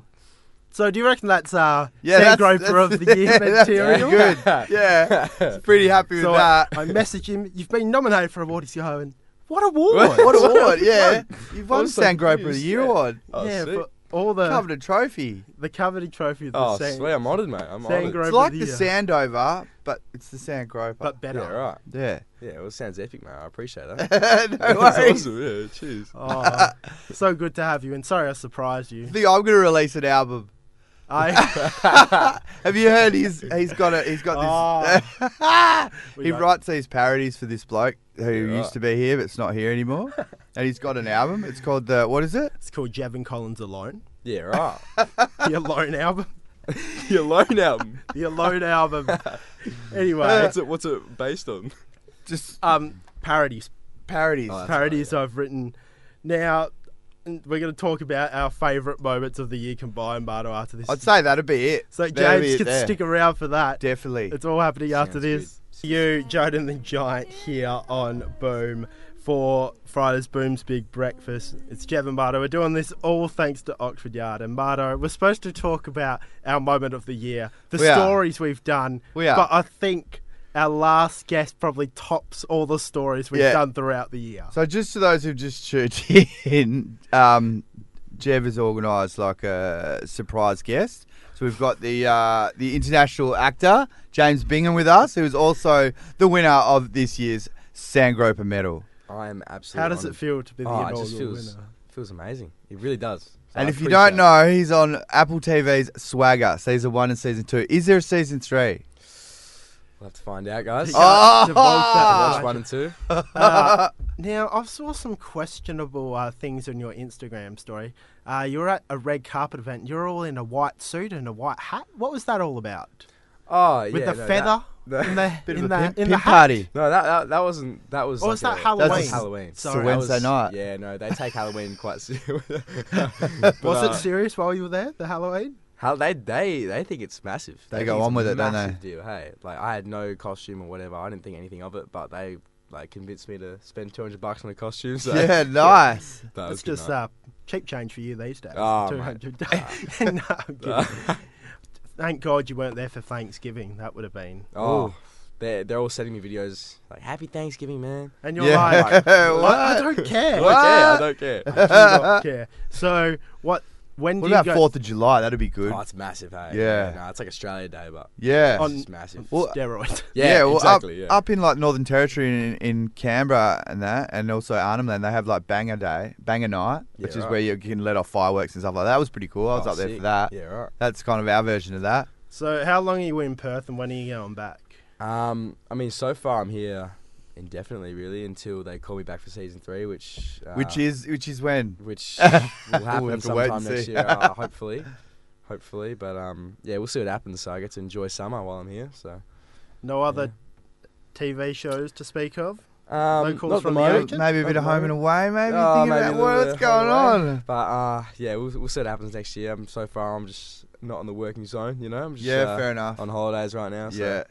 Speaker 2: So do you reckon that's uh yeah,
Speaker 3: Yeah, that's-
Speaker 2: Groper
Speaker 3: that's-
Speaker 2: of
Speaker 3: (laughs)
Speaker 2: the year
Speaker 3: yeah, that's
Speaker 2: material?
Speaker 3: Good. Yeah. Pretty happy with
Speaker 2: So uh, I,
Speaker 3: that.
Speaker 2: I messaged him. You've been nominated for an award. He's going, what award?
Speaker 3: What award? Yeah. You've
Speaker 10: I
Speaker 3: won
Speaker 10: was so
Speaker 3: Sand Groper of the
Speaker 10: confused,
Speaker 3: Year
Speaker 10: yeah.
Speaker 3: award.
Speaker 10: Oh,
Speaker 2: yeah,
Speaker 10: sick.
Speaker 2: for all the
Speaker 3: Covered a trophy.
Speaker 2: the cavity trophy. Of the
Speaker 10: oh,
Speaker 2: Sand-
Speaker 10: sweet. I'm honoured, mate. I'm
Speaker 2: Sand
Speaker 10: honoured.
Speaker 2: Groper
Speaker 3: It's
Speaker 2: of
Speaker 3: like
Speaker 2: the
Speaker 3: the
Speaker 2: year.
Speaker 3: Sandover, but it's the Sand Groper.
Speaker 2: but better.
Speaker 10: Yeah, right.
Speaker 3: yeah. (laughs)
Speaker 10: Yeah, well, it sounds epic, mate. I appreciate that.
Speaker 3: no
Speaker 10: That's
Speaker 3: worries.
Speaker 10: awesome. Yeah, cheers.
Speaker 2: Oh, so good to have you, and sorry I surprised you.
Speaker 3: I think I'm gonna release an album.
Speaker 2: I
Speaker 3: Have you heard? He's he's got a he's got this.
Speaker 2: Ah.
Speaker 3: (laughs) he
Speaker 2: got-
Speaker 3: writes these parodies for this bloke who
Speaker 10: Yeah,
Speaker 3: used
Speaker 10: right.
Speaker 3: to be here but's not here
Speaker 2: (laughs)
Speaker 3: anymore, and he's got an album. It's called the what is it?
Speaker 2: it's called Jevin Collins Alone,
Speaker 10: Yeah, right.
Speaker 2: (laughs) the Alone album,
Speaker 10: Your loan album.
Speaker 2: (laughs) the Alone album. Anyway,
Speaker 10: What's it? What's it (laughs) based on?
Speaker 3: Uh, Just
Speaker 2: um, parodies, Oh,
Speaker 3: parodies.
Speaker 2: parodies I've written. Now n- we're going to talk about our favourite moments of the year combined, Bardo. After this,
Speaker 3: I'd say that'd be it.
Speaker 2: so
Speaker 3: That'd be
Speaker 2: James
Speaker 3: it
Speaker 2: can
Speaker 3: there.
Speaker 2: stick around for that.
Speaker 3: Definitely.
Speaker 2: It's all happening after this. You, Jordan the Giant, here on Boom for Friday's Boom's Big Breakfast. It's Jeff and Bardo. We're doing this all thanks to Oxford Yard. And Bardo, we're supposed to talk about our moment of the year, the
Speaker 3: We are.
Speaker 2: stories we've done.
Speaker 3: We are.
Speaker 2: But I think our last guest probably tops all the stories we've
Speaker 3: Yeah.
Speaker 2: done throughout the year.
Speaker 3: So just to those who've just tuned (laughs) in, um, Jev has organised like a surprise guest. So we've got the uh, the international actor James Bingham with us, who is also the winner of this year's Sandgroper medal.
Speaker 10: I am absolutely.
Speaker 2: How does it
Speaker 10: honoured.
Speaker 2: feel to be the
Speaker 10: Oh, it
Speaker 2: inaugural
Speaker 10: just feels
Speaker 3: (laughs)
Speaker 2: winner?
Speaker 10: feels amazing. It really does. So
Speaker 3: and
Speaker 10: I
Speaker 3: if you don't
Speaker 10: appreciate
Speaker 3: know, he's on Apple TV's Swagger, season one and season two. Is there a season three?
Speaker 10: it. we'll have to find out, guys.
Speaker 2: Oh!
Speaker 3: (laughs)
Speaker 2: To
Speaker 10: Watch
Speaker 2: vote that
Speaker 10: one and two.
Speaker 2: Uh, now, I saw some questionable uh, things on your Instagram story. Uh, you were at a red carpet event. You're all in a white suit and a white hat. What was that all about?
Speaker 10: Oh,
Speaker 2: With
Speaker 10: yeah,
Speaker 2: the
Speaker 10: no,
Speaker 2: feather (laughs)
Speaker 10: that-
Speaker 2: in the
Speaker 3: Bit
Speaker 2: in
Speaker 3: of
Speaker 2: the
Speaker 3: a pimp,
Speaker 2: in
Speaker 3: pimp
Speaker 2: the hat.
Speaker 3: party.
Speaker 10: That, no, that, that that wasn't. That was.
Speaker 2: Or was
Speaker 10: like
Speaker 2: that
Speaker 10: a-
Speaker 2: Halloween?
Speaker 10: That was Halloween.
Speaker 2: It's a Sorry.
Speaker 10: That
Speaker 3: Wednesday
Speaker 10: was-
Speaker 3: night.
Speaker 10: Yeah, no, they take Halloween quite (laughs) seriously.
Speaker 2: Was it serious while you were there? The Halloween?
Speaker 10: How they they they think it's massive.
Speaker 3: They go
Speaker 10: think it's
Speaker 3: on
Speaker 10: a
Speaker 3: with it, don't
Speaker 10: massive Deal, hey. Like I had no costume or whatever. I didn't think anything of it, but they like convinced me to spend two hundred bucks on a costume. So
Speaker 3: Yeah, nice.
Speaker 10: that was
Speaker 2: It's
Speaker 10: good
Speaker 2: just
Speaker 10: night.
Speaker 2: uh, cheap change for you these days.
Speaker 10: Oh,
Speaker 2: Two
Speaker 10: mate. (laughs)
Speaker 2: hundred. (laughs) no, I'm kidding. Thank God you weren't there for Thanksgiving. That would have been.
Speaker 10: oh, they they're all sending me videos like Happy Thanksgiving, man.
Speaker 2: And you're
Speaker 3: Yeah.
Speaker 2: like,
Speaker 10: (laughs)
Speaker 3: what?
Speaker 2: I, I don't care.
Speaker 10: I don't care. I don't care.
Speaker 2: Do
Speaker 10: (laughs)
Speaker 2: not care. So what? When
Speaker 3: What
Speaker 2: do you
Speaker 3: about
Speaker 2: go?
Speaker 3: Fourth of July? That'd be good.
Speaker 10: oh, it's massive, hey.
Speaker 3: Yeah.
Speaker 10: no, it's like Australia Day, but
Speaker 3: Yeah.
Speaker 2: On-
Speaker 10: it's massive.
Speaker 3: Well,
Speaker 2: steroids?
Speaker 10: yeah,
Speaker 3: well,
Speaker 10: exactly.
Speaker 3: up,
Speaker 10: yeah.
Speaker 3: up in like Northern Territory in, in Canberra and that, and also Arnhem Land, they have like Banger Day, Banger Night,
Speaker 10: Yeah,
Speaker 3: which is
Speaker 10: right.
Speaker 3: where you can let off fireworks and stuff like that. That was pretty cool. I was
Speaker 10: Oh,
Speaker 3: up there
Speaker 10: sick.
Speaker 3: for that.
Speaker 10: Yeah, right.
Speaker 3: That's kind of our version of that.
Speaker 2: So, how long are you in Perth, and when are you going back?
Speaker 10: Um, I mean, so far I'm here indefinitely, really, until they call me back for season three, which uh,
Speaker 3: which is which is when. (laughs)
Speaker 10: which will happen
Speaker 3: have to wait and
Speaker 10: sometime next
Speaker 3: see.
Speaker 10: year,
Speaker 3: (laughs)
Speaker 10: uh, hopefully. Hopefully, but um, yeah, we'll see what happens. So I get to enjoy summer while I'm here. So
Speaker 2: No other TV shows to speak of.
Speaker 10: um,
Speaker 2: calls
Speaker 10: not at
Speaker 2: from the
Speaker 10: the moment,
Speaker 2: ocean?
Speaker 3: Maybe a bit of home and away. Maybe
Speaker 10: Oh,
Speaker 3: thinking
Speaker 10: maybe
Speaker 3: about
Speaker 10: a
Speaker 3: what,
Speaker 10: little
Speaker 3: what's
Speaker 10: bit of
Speaker 3: going
Speaker 10: home
Speaker 3: on.
Speaker 10: but uh, yeah, we'll, we'll see what happens next year. Um, so far I'm just not in the working zone, you know. I'm just
Speaker 3: Yeah,
Speaker 10: uh,
Speaker 3: fair enough.
Speaker 10: on holidays right now. So,
Speaker 3: yeah,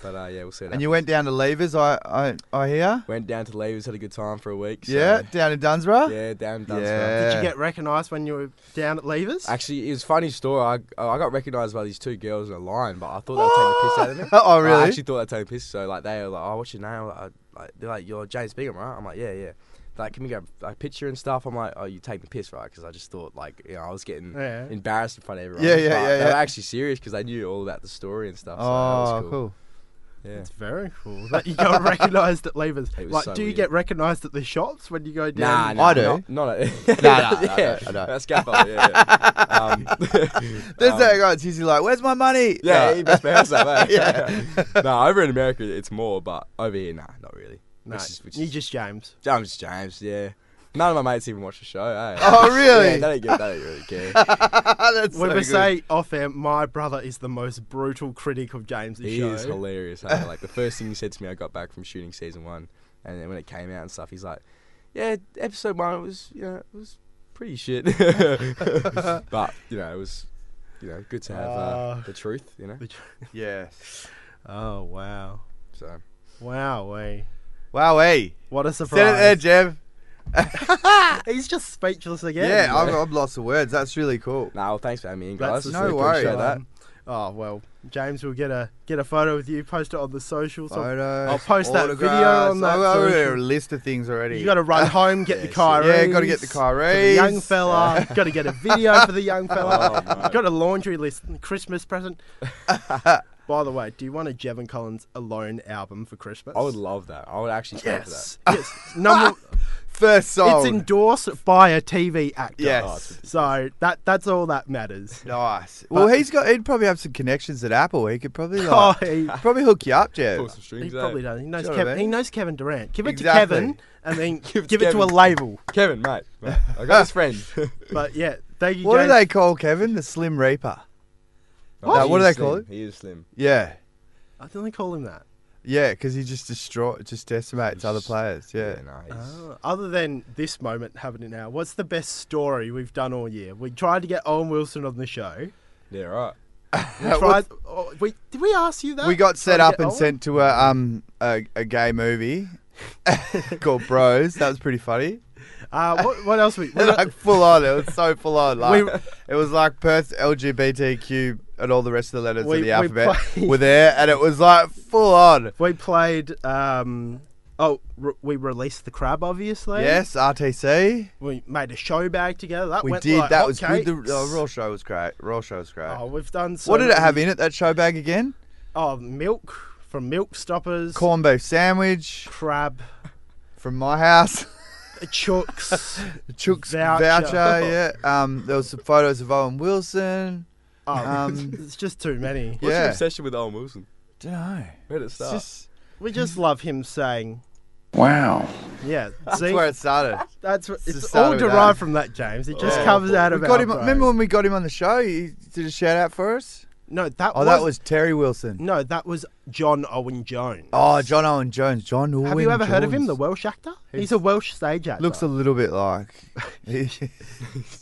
Speaker 10: but uh, yeah, we'll see. What
Speaker 3: and
Speaker 10: happens.
Speaker 3: you went down to Levers, I I, I hear.
Speaker 10: went down to Levers, had a good time for a week. So,
Speaker 3: yeah, down in Dunsborough. (laughs)
Speaker 10: yeah, down, down
Speaker 3: Yeah.
Speaker 2: Did you
Speaker 3: (gasps)
Speaker 2: get recognised when you were down at Levers?
Speaker 10: Actually, it was a funny story. I I got recognised by these two girls in a line, but I thought they were taking the piss out of me.
Speaker 3: (laughs) Oh, really?
Speaker 10: I actually thought they were taking the piss. So like they were like, "Oh, what's your name?" Like, I- like they're like, "You're James Bingham, right?" I'm like, "Yeah, yeah." like, can we grab like picture and stuff? I'm like, oh, you taking the piss, right? Because I just thought like, you know, I was getting
Speaker 2: Yeah.
Speaker 10: embarrassed in front of everyone.
Speaker 3: Yeah, yeah,
Speaker 10: but
Speaker 3: yeah,
Speaker 10: They
Speaker 3: yeah.
Speaker 10: were actually serious because they knew all about the story and stuff. So that
Speaker 3: Oh,
Speaker 10: was cool.
Speaker 3: cool.
Speaker 10: Yeah.
Speaker 2: It's very cool that you
Speaker 10: (laughs)
Speaker 2: got recognised at levers.
Speaker 10: It was
Speaker 2: Like,
Speaker 10: so
Speaker 2: do you
Speaker 10: weird.
Speaker 2: get recognised at the shops when you go
Speaker 10: Nah,
Speaker 2: down?
Speaker 10: nah,
Speaker 3: I do.
Speaker 10: Not, not
Speaker 3: (laughs)
Speaker 10: a,
Speaker 3: Nah, nah, nah,
Speaker 10: (laughs) yeah,
Speaker 3: I don't, I don't.
Speaker 10: That's
Speaker 3: (laughs)
Speaker 10: Gabbo, yeah. yeah. Um,
Speaker 3: There's
Speaker 10: um,
Speaker 3: that guy. It's usually like, "Where's my money?"
Speaker 10: Yeah, (laughs)
Speaker 3: No.
Speaker 10: he best man that, mate.
Speaker 3: Yeah.
Speaker 10: (laughs) no, over in America it's more, but over here, nah, not really.
Speaker 2: No,
Speaker 10: Which is, which
Speaker 2: you
Speaker 10: is
Speaker 2: just James.
Speaker 10: James James, yeah. None of my mates even watch the show, eh?
Speaker 3: (laughs) (laughs) Oh, really? Oh,
Speaker 10: Yeah, they don't, get, they don't really care.
Speaker 3: (laughs) That's
Speaker 2: When we
Speaker 3: so good.
Speaker 2: say off air, my brother is the most brutal critic of James'
Speaker 10: he
Speaker 2: show.
Speaker 10: is hilarious. eh? Like, the first thing he said to me, I got back from shooting season one, and then when it came out and stuff, he's like, yeah, episode one was, you know, it was pretty shit. (laughs) but, you know, it was, you know, good to have uh,
Speaker 2: Ah.
Speaker 10: the truth, you know?
Speaker 3: yes.
Speaker 2: Oh wow,
Speaker 10: So,
Speaker 2: wow, we
Speaker 3: Wow, hey,
Speaker 2: what a
Speaker 3: sit it there,
Speaker 2: surprise!
Speaker 3: Jeff.
Speaker 2: (laughs) He's just speechless again.
Speaker 3: Yeah, i have I'm lost for words. That's really cool.
Speaker 10: nah, well, thanks for having me in, guys.
Speaker 2: That's
Speaker 3: no
Speaker 10: Really
Speaker 3: worry.
Speaker 10: appreciate that.
Speaker 2: Um, Oh well, James will get a get a photo with you, post it on the socials. I'll-
Speaker 3: Photos,
Speaker 2: I'll post that video
Speaker 3: autographs.
Speaker 2: on that
Speaker 3: I've got already
Speaker 2: social.
Speaker 3: a list of things already.
Speaker 2: You got to
Speaker 10: (laughs)
Speaker 2: run home, get the Kyrie.
Speaker 3: Yeah, got to get the Kyrie.
Speaker 2: young fella. (laughs) got to get a video for the young fella.
Speaker 10: (laughs) Oh, no.
Speaker 2: got a laundry list, Christmas
Speaker 10: (laughs)
Speaker 2: present. By the way, do you want a Jevon Collins alone album for Christmas?
Speaker 10: I would love that. I would actually pay for that. Oh.
Speaker 2: Yes, yes.
Speaker 10: (laughs)
Speaker 2: Number,
Speaker 3: First song.
Speaker 2: it's endorsed by a TV actor.
Speaker 3: Yes.
Speaker 2: So that that's all that matters.
Speaker 3: Nice. Well,
Speaker 2: But-
Speaker 3: he's got. He'd probably have some connections at Apple. He could
Speaker 2: (laughs)
Speaker 3: probably
Speaker 2: Oh,
Speaker 3: like,
Speaker 2: he,
Speaker 3: probably hook you up, Jeff.
Speaker 10: Pull some strings
Speaker 2: he
Speaker 10: out.
Speaker 2: probably does. He knows
Speaker 3: Sure,
Speaker 2: Kevin.
Speaker 3: mate.
Speaker 2: He knows Kevin Durant. Give it
Speaker 3: Exactly.
Speaker 2: to Kevin, and
Speaker 10: (laughs)
Speaker 2: then give,
Speaker 10: it to
Speaker 2: it to a
Speaker 10: Kevin.
Speaker 2: label.
Speaker 10: Kevin, mate.
Speaker 3: (laughs)
Speaker 10: mate, I got his friend. (laughs)
Speaker 2: But yeah, thank you.
Speaker 3: What do
Speaker 2: James.
Speaker 3: they call Kevin? The Slim Reaper.
Speaker 10: Oh, he
Speaker 3: What do
Speaker 10: is
Speaker 3: they
Speaker 10: slim.
Speaker 3: call it?
Speaker 10: He is slim.
Speaker 3: Yeah.
Speaker 2: I think they call him that.
Speaker 3: Yeah, because he just destroy, just decimates other players. Yeah.
Speaker 10: no, he's,
Speaker 2: Oh, other than this moment happening now, what's the best story we've done all year? We tried to get Owen Wilson on the show.
Speaker 10: yeah, right.
Speaker 2: We
Speaker 3: Uh,
Speaker 2: tried. Oh, we did we ask you that?
Speaker 3: We got
Speaker 2: Tried
Speaker 3: set
Speaker 2: to
Speaker 3: up
Speaker 2: get
Speaker 3: and
Speaker 2: Owen?
Speaker 3: sent to a um a, a gay movie (laughs) called Bros. That was pretty funny. (laughs)
Speaker 2: Uh, what, what else? We, we got-
Speaker 3: like full on. It was so full on. Like
Speaker 2: We-
Speaker 3: it was like Perth LGBTQ and all the rest of the letters
Speaker 2: We-
Speaker 3: of
Speaker 2: we
Speaker 3: the alphabet
Speaker 2: play-
Speaker 3: were there, and it was like full on.
Speaker 2: we played. Um, oh, re- we released the crab, obviously.
Speaker 3: Yes, RTC.
Speaker 2: We made a show bag together. That
Speaker 3: We
Speaker 2: went
Speaker 3: did.
Speaker 2: like
Speaker 3: that was good. The
Speaker 2: hotcakes.
Speaker 3: oh, Royal Show was great. Royal Show was great.
Speaker 2: Oh, we've done. So
Speaker 3: what did it
Speaker 2: many-
Speaker 3: have in it? That show bag again?
Speaker 2: Oh, milk from Milk Stoppers.
Speaker 3: Corn beef sandwich
Speaker 2: crab.
Speaker 3: from my house. (laughs)
Speaker 2: Chooks.
Speaker 3: Chooks
Speaker 2: Voucher.
Speaker 3: voucher. yeah. (laughs) Um, there was some photos of Owen Wilson.
Speaker 2: Oh, (laughs)
Speaker 3: Um,
Speaker 2: it's just too many.
Speaker 10: What's your
Speaker 3: yeah.
Speaker 10: obsession with Owen Wilson?
Speaker 3: Don't know.
Speaker 10: Where did it
Speaker 3: It's
Speaker 10: start?
Speaker 3: just
Speaker 2: We just love him saying,
Speaker 6: Wow.
Speaker 2: yeah.
Speaker 3: that's
Speaker 2: See,
Speaker 3: where it started.
Speaker 2: That's what,
Speaker 3: It's the
Speaker 2: it's
Speaker 3: start
Speaker 2: all
Speaker 3: of it,
Speaker 2: derived
Speaker 3: eh?
Speaker 2: from that, Oh. James. It (laughs) just
Speaker 3: Yeah.
Speaker 2: comes out of
Speaker 3: we got
Speaker 2: our
Speaker 3: him.
Speaker 2: brain.
Speaker 3: Remember when we got him on the show? He did a shout out for us.
Speaker 2: No, that
Speaker 3: Oh,
Speaker 2: was,
Speaker 3: that was Terry Wilson.
Speaker 2: no, that was John Owen Jones.
Speaker 3: Oh, John Owen Jones. John Owen.
Speaker 2: have you ever heard of him,
Speaker 3: Jones.
Speaker 2: the Welsh actor? He's, a Welsh stage actor.
Speaker 3: Looks a little bit like. He-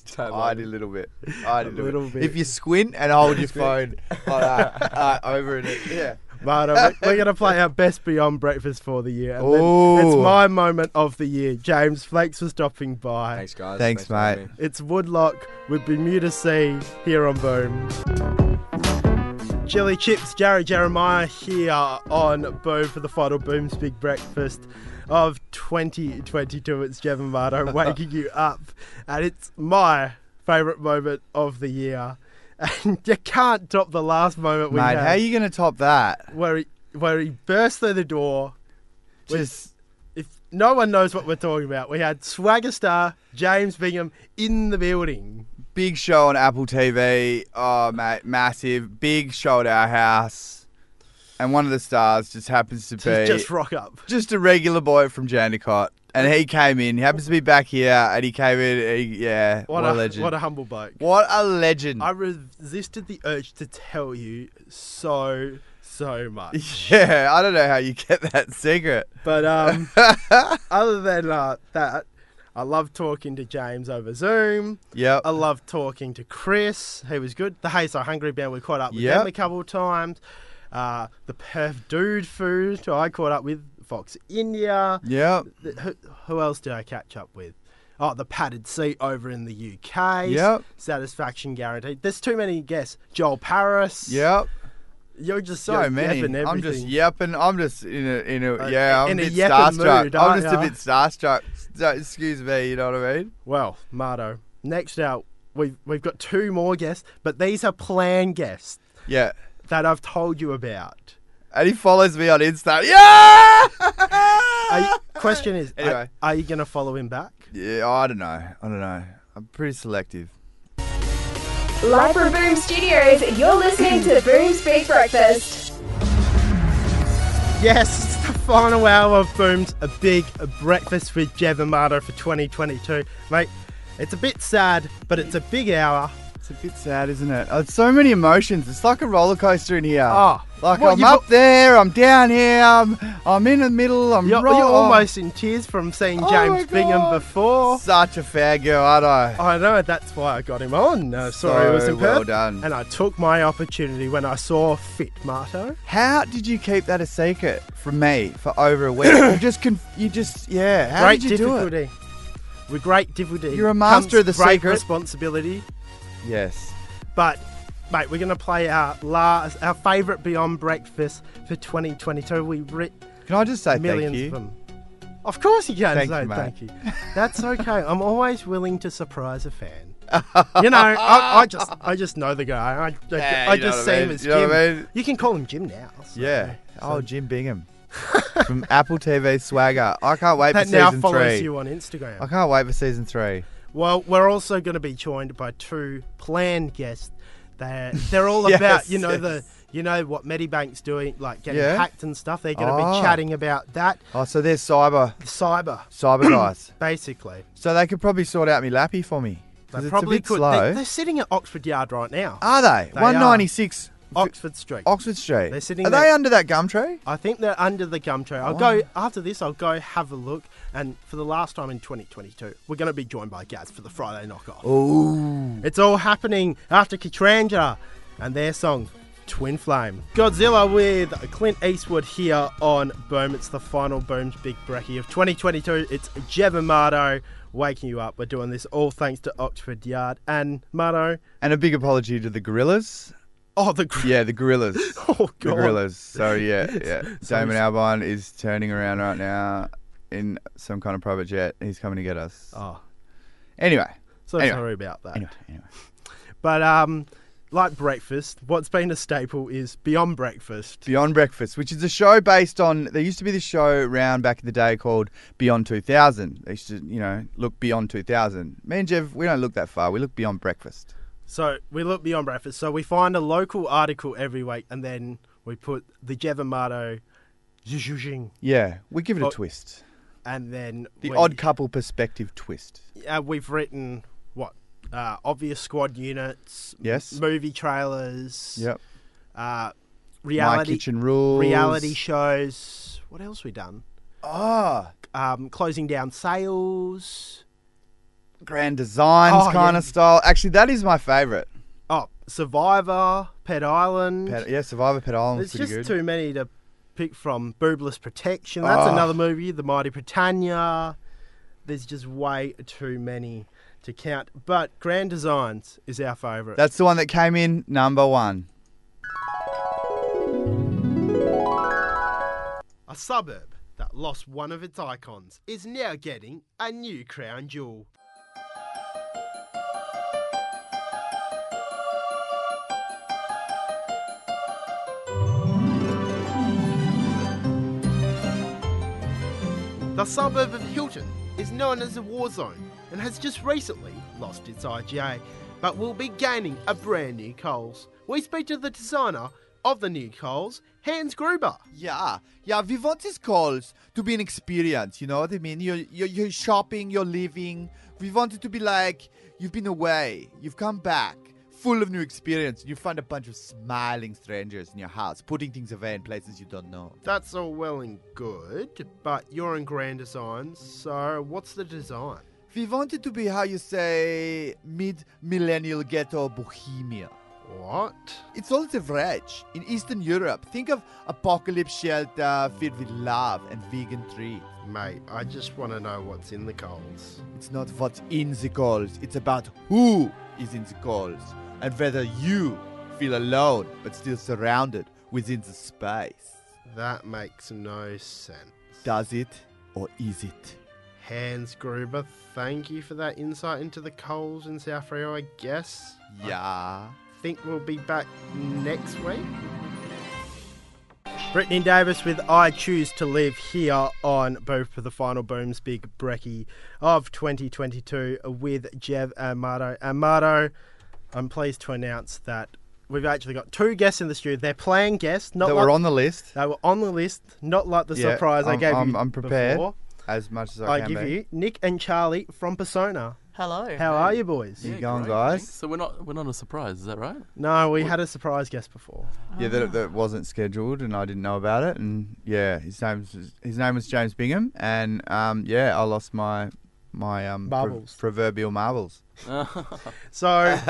Speaker 10: Tell him,
Speaker 3: I did a little bit. I did a
Speaker 2: little
Speaker 3: little
Speaker 2: bit.
Speaker 3: bit. If you squint and hold your phone like that, uh, over it. Yeah.
Speaker 2: but uh, we- we're gonna play our best Beyond Breakfast for the year, and then it's
Speaker 3: Ooh.
Speaker 2: my moment of the year. James Flakes for stopping by.
Speaker 10: Thanks, guys.
Speaker 3: Thanks,
Speaker 10: for having
Speaker 3: mate.
Speaker 10: me.
Speaker 2: It's Woodlock with Bermuda Sea here on Boom. Jelly Chips, Jerry Jeremiah here on Boom for the final Boom's Big Breakfast of 2022. It's Jevon
Speaker 3: (laughs)
Speaker 2: Mardo waking you up, and it's my favourite moment of the year. And (laughs) you can't top the last moment we uh,
Speaker 3: Mate,
Speaker 2: had
Speaker 3: how are you going to top that?
Speaker 2: where, he, where he burst through the door.
Speaker 3: Just
Speaker 2: If no one knows what we're talking about, we had Swagger Star James Bingham in the building.
Speaker 3: big show on Apple TV. Oh, mate, massive. Big show at our house. And one of the stars just happens to be
Speaker 2: Just rock up.
Speaker 3: just a regular boy from Jandicott. And he came in. He happens to be back here. And he came in. He, yeah. What,
Speaker 2: What,
Speaker 3: a,
Speaker 2: a,
Speaker 3: legend.
Speaker 2: what a humble bloke.
Speaker 3: What a legend.
Speaker 2: I resisted the urge to tell you so so much,
Speaker 3: (laughs) yeah, I don't know how you get that secret.
Speaker 2: (laughs) but (laughs) um, other than uh, that, I love talking to James over Zoom.
Speaker 3: Yep.
Speaker 2: I love talking to Chris. He was good. The Hey So Hungry band we caught up with
Speaker 3: Yep.
Speaker 2: them a couple of times. Uh, the Perth Dude Food I caught up with Fox India.
Speaker 3: Yep.
Speaker 2: Th- Who, who else did I catch up with? Oh, the padded seat over in the UK.
Speaker 3: Yep.
Speaker 2: Satisfaction guaranteed. There's too many guests. Joel Paris.
Speaker 3: Yep.
Speaker 2: You're just
Speaker 3: so
Speaker 2: you're
Speaker 3: many.
Speaker 2: yapping
Speaker 3: I'm just
Speaker 2: everything.
Speaker 3: yapping. I'm just in a in a
Speaker 2: Uh,
Speaker 3: yeah. I'm
Speaker 2: in
Speaker 3: a
Speaker 2: a
Speaker 3: bit
Speaker 2: yapping
Speaker 3: starstruck.
Speaker 2: mood,
Speaker 3: I'm
Speaker 2: aren't
Speaker 3: just a
Speaker 2: ya?
Speaker 3: bit starstruck. So, excuse me. You know what I mean?
Speaker 2: Well, Mardo. Next out, we've we've got two more guests, but these are planned guests
Speaker 3: Yeah.
Speaker 2: that I've told you about.
Speaker 3: And he follows me on Insta. (laughs) Yeah.
Speaker 2: Are
Speaker 3: (laughs)
Speaker 2: you- question is, are-
Speaker 3: Anyway.
Speaker 2: are you gonna follow him back?
Speaker 3: Yeah. I don't know. I don't know. I'm pretty selective.
Speaker 1: Live from Boom Studios, you're listening to Boom Speak Breakfast.
Speaker 2: Yes, it's the final hour of Boom's A Big Breakfast with Jeff and Mardo for 2022. Mate, it's a bit sad, but it's a big hour.
Speaker 3: It's a bit sad, isn't it? Oh, it's so many emotions. It's like a roller coaster in here.
Speaker 2: Ah,
Speaker 3: like
Speaker 2: well,
Speaker 3: I'm
Speaker 2: you've
Speaker 3: up
Speaker 2: al-
Speaker 3: there, I'm down here, I'm, I'm in the middle, I'm
Speaker 2: You're,
Speaker 3: right-
Speaker 2: you're almost in tears from seeing
Speaker 3: Oh
Speaker 2: James
Speaker 3: my
Speaker 2: Bingham
Speaker 3: God.
Speaker 2: before.
Speaker 3: such a fag girl, aren't I?
Speaker 2: I know, that's why I got him on. Uh, sorry, it was
Speaker 3: So
Speaker 2: in
Speaker 3: well
Speaker 2: Perth.
Speaker 3: done.
Speaker 2: And I took my opportunity when I saw Fit Marto.
Speaker 3: How did you keep that a secret from me for over a week? you just, conf- you just, yeah. How
Speaker 2: great
Speaker 3: did you do it?
Speaker 2: difficulty. With great difficulty.
Speaker 3: You're a master
Speaker 2: comes
Speaker 3: of the
Speaker 2: great
Speaker 3: secret.
Speaker 2: responsibility.
Speaker 3: Yes.
Speaker 2: But, mate, we're going to play our last, our favourite Beyond Breakfast for 2022. We re-
Speaker 3: Can I just say
Speaker 2: millions
Speaker 3: thank
Speaker 2: of
Speaker 3: you?
Speaker 2: them. Of course you can
Speaker 3: Thank
Speaker 2: say
Speaker 3: you, mate.
Speaker 2: thank you.
Speaker 3: (laughs)
Speaker 2: That's okay. I'm always willing to surprise a fan. You know, I, I just I just know the guy. I, I,
Speaker 3: Yeah,
Speaker 2: I
Speaker 3: you know
Speaker 2: just
Speaker 3: what I
Speaker 2: see him
Speaker 3: mean.
Speaker 2: as
Speaker 3: You know
Speaker 2: Jim.
Speaker 3: what I mean?
Speaker 2: You can call him Jim now. so-
Speaker 3: Yeah. Oh,
Speaker 2: (laughs)
Speaker 3: Jim Bingham from Apple TV Swagger. I can't wait
Speaker 2: That
Speaker 3: for
Speaker 2: now
Speaker 3: season
Speaker 2: follows
Speaker 3: three.
Speaker 2: you on
Speaker 3: I
Speaker 2: Instagram.
Speaker 3: can't wait for season three.
Speaker 2: Well, we're also going to be joined by two planned guests. They're, they're
Speaker 3: (laughs)
Speaker 2: all
Speaker 3: Yes,
Speaker 2: about, you know,
Speaker 3: yes.
Speaker 2: the you know what Medibank's doing, like getting
Speaker 3: Yeah.
Speaker 2: hacked and stuff. They're going to
Speaker 3: Ah.
Speaker 2: be chatting about that
Speaker 3: Oh, so there's cyber,
Speaker 2: cyber, (clears throat)
Speaker 3: cyber guys.
Speaker 2: basically.
Speaker 3: So they could probably sort out me lappy for me. 'Cause
Speaker 2: They
Speaker 3: it's
Speaker 2: probably
Speaker 3: a bit
Speaker 2: could.
Speaker 3: slow. Ah,
Speaker 2: They, are sitting at Oxford Yard right now.
Speaker 3: are they?
Speaker 2: They
Speaker 3: 196
Speaker 2: Oxford Street.
Speaker 3: Oxford Street.
Speaker 2: They're sitting
Speaker 3: Are
Speaker 2: there-
Speaker 3: they under that gum tree?
Speaker 2: I think they're under the gum tree. I'll go after this. I'll go have a look. And for the last time in 2022, we're going to be joined by Gaz for the Friday knockoff. Ooh! It's all happening after Katranja and their song Twin Flame. Godzilla with Clint Eastwood here on Boom. It's the final Boom's Big Brekkie of 2022. It's Jeb and Mardo waking you up. We're doing this all thanks to Oxford Yard and Mardo.
Speaker 3: And a big apology to the gorillas.
Speaker 2: Oh, the gr-
Speaker 3: Yeah, the gorillas.
Speaker 2: (laughs) Oh,
Speaker 3: the
Speaker 2: God.
Speaker 3: gorillas. So yeah,
Speaker 2: (laughs)
Speaker 3: yeah. Damon Albarn is turning around right now in some kind of private jet. He's coming to get us.
Speaker 2: Oh.
Speaker 3: Anyway.
Speaker 2: So
Speaker 3: Anyway.
Speaker 2: sorry about that.
Speaker 3: Anyway. Anyway.
Speaker 2: But um, like breakfast, what's been a staple is beyond breakfast.
Speaker 3: Beyond Breakfast, which is a show based on. There used to be this show round back in the day called Beyond 2000. They used to, you know, look beyond 2000. Me and Jeff, we don't look that far. We look beyond breakfast.
Speaker 2: So we look beyond breakfast. So we find a local article every week, and then we put the Jevamato zhuzhing,
Speaker 3: Yeah, we give it a
Speaker 2: Oh,
Speaker 3: twist.
Speaker 2: and then
Speaker 3: The
Speaker 2: we,
Speaker 3: odd couple perspective twist.
Speaker 2: uh, we've written what uh, obvious squad units,
Speaker 3: Yes.
Speaker 2: movie trailers,
Speaker 3: Yep.
Speaker 2: uh,
Speaker 3: My
Speaker 2: reality
Speaker 3: kitchen rules.
Speaker 2: reality shows. What else we done?
Speaker 3: Ah,
Speaker 2: Um, closing down sales.
Speaker 3: grand designs
Speaker 2: Oh,
Speaker 3: kind
Speaker 2: yeah.
Speaker 3: of style. Actually, that is my favourite.
Speaker 2: Oh, Survivor, Pet Island.
Speaker 3: Pet- yeah, Survivor Pet Island's
Speaker 2: There's
Speaker 3: pretty
Speaker 2: just
Speaker 3: good.
Speaker 2: too many to pick from. Boobless Protection. That's
Speaker 3: Ah.
Speaker 2: another movie. The Mighty Britannia. There's just way too many to count. But Grand Designs is our favourite.
Speaker 3: That's the one that came in number one.
Speaker 2: A suburb that lost one of its icons is now getting a new crown jewel. The suburb of Hilton is known as a war zone and has just recently lost its IGA, but will be gaining a brand new Coles. We speak to the designer of the new Coles, Hans Gruber.
Speaker 3: Yeah, yeah. We want this calls to be an experience. You know what I mean? You're, you're you're shopping, you're living. We want it to be like you've been away, you've come back, full of new experience. You find a bunch of smiling strangers in your house, putting things away in places you don't know.
Speaker 2: That's all well and good, but you're in grand designs, so what's the design?
Speaker 3: We want it to be how you say mid millennial ghetto bohemia.
Speaker 2: What?
Speaker 3: It's all the rage in Eastern Europe. Think of apocalypse shelter filled with love and vegan treats.
Speaker 2: Mate, I just want to know what's in the coals.
Speaker 3: It's not what's in the calls, it's about who is in the calls and whether you feel alone but still surrounded Wizards of Space.
Speaker 2: That makes no sense.
Speaker 3: Does it or is it?
Speaker 2: Hans Gruber, thank you for that insight into the coals in South Rio, I guess.
Speaker 3: Yeah.
Speaker 2: think we'll be back next week. Brittany Davis with I Choose to Live here on both for the final Booms Big Brekkie of 2022 with Jev Amato. Amato, I'm pleased to announce that we've actually got two guests in the studio. They're playing guests, not
Speaker 3: that
Speaker 2: like,
Speaker 3: were on the list.
Speaker 2: they were on the list, not like the
Speaker 3: Yeah,
Speaker 2: surprise I
Speaker 3: I'm-
Speaker 2: gave
Speaker 3: I'm,
Speaker 2: you.
Speaker 3: I'm prepared
Speaker 2: before.
Speaker 3: as much as I,
Speaker 2: I
Speaker 3: can
Speaker 2: give
Speaker 3: be.
Speaker 2: you Nick and Charlie from Persona.
Speaker 11: Hello.
Speaker 2: How are you, boys?
Speaker 3: You going, guys?
Speaker 11: So we're not we're not a surprise, is that right?
Speaker 2: No, we had a surprise guest before.
Speaker 3: Yeah, that, that wasn't scheduled, and I didn't know about it. And yeah, his name's his name was James Bingham, and um, yeah, I lost my my um pro-
Speaker 2: Marbles. (laughs)
Speaker 3: proverbial marbles. (laughs)
Speaker 2: So,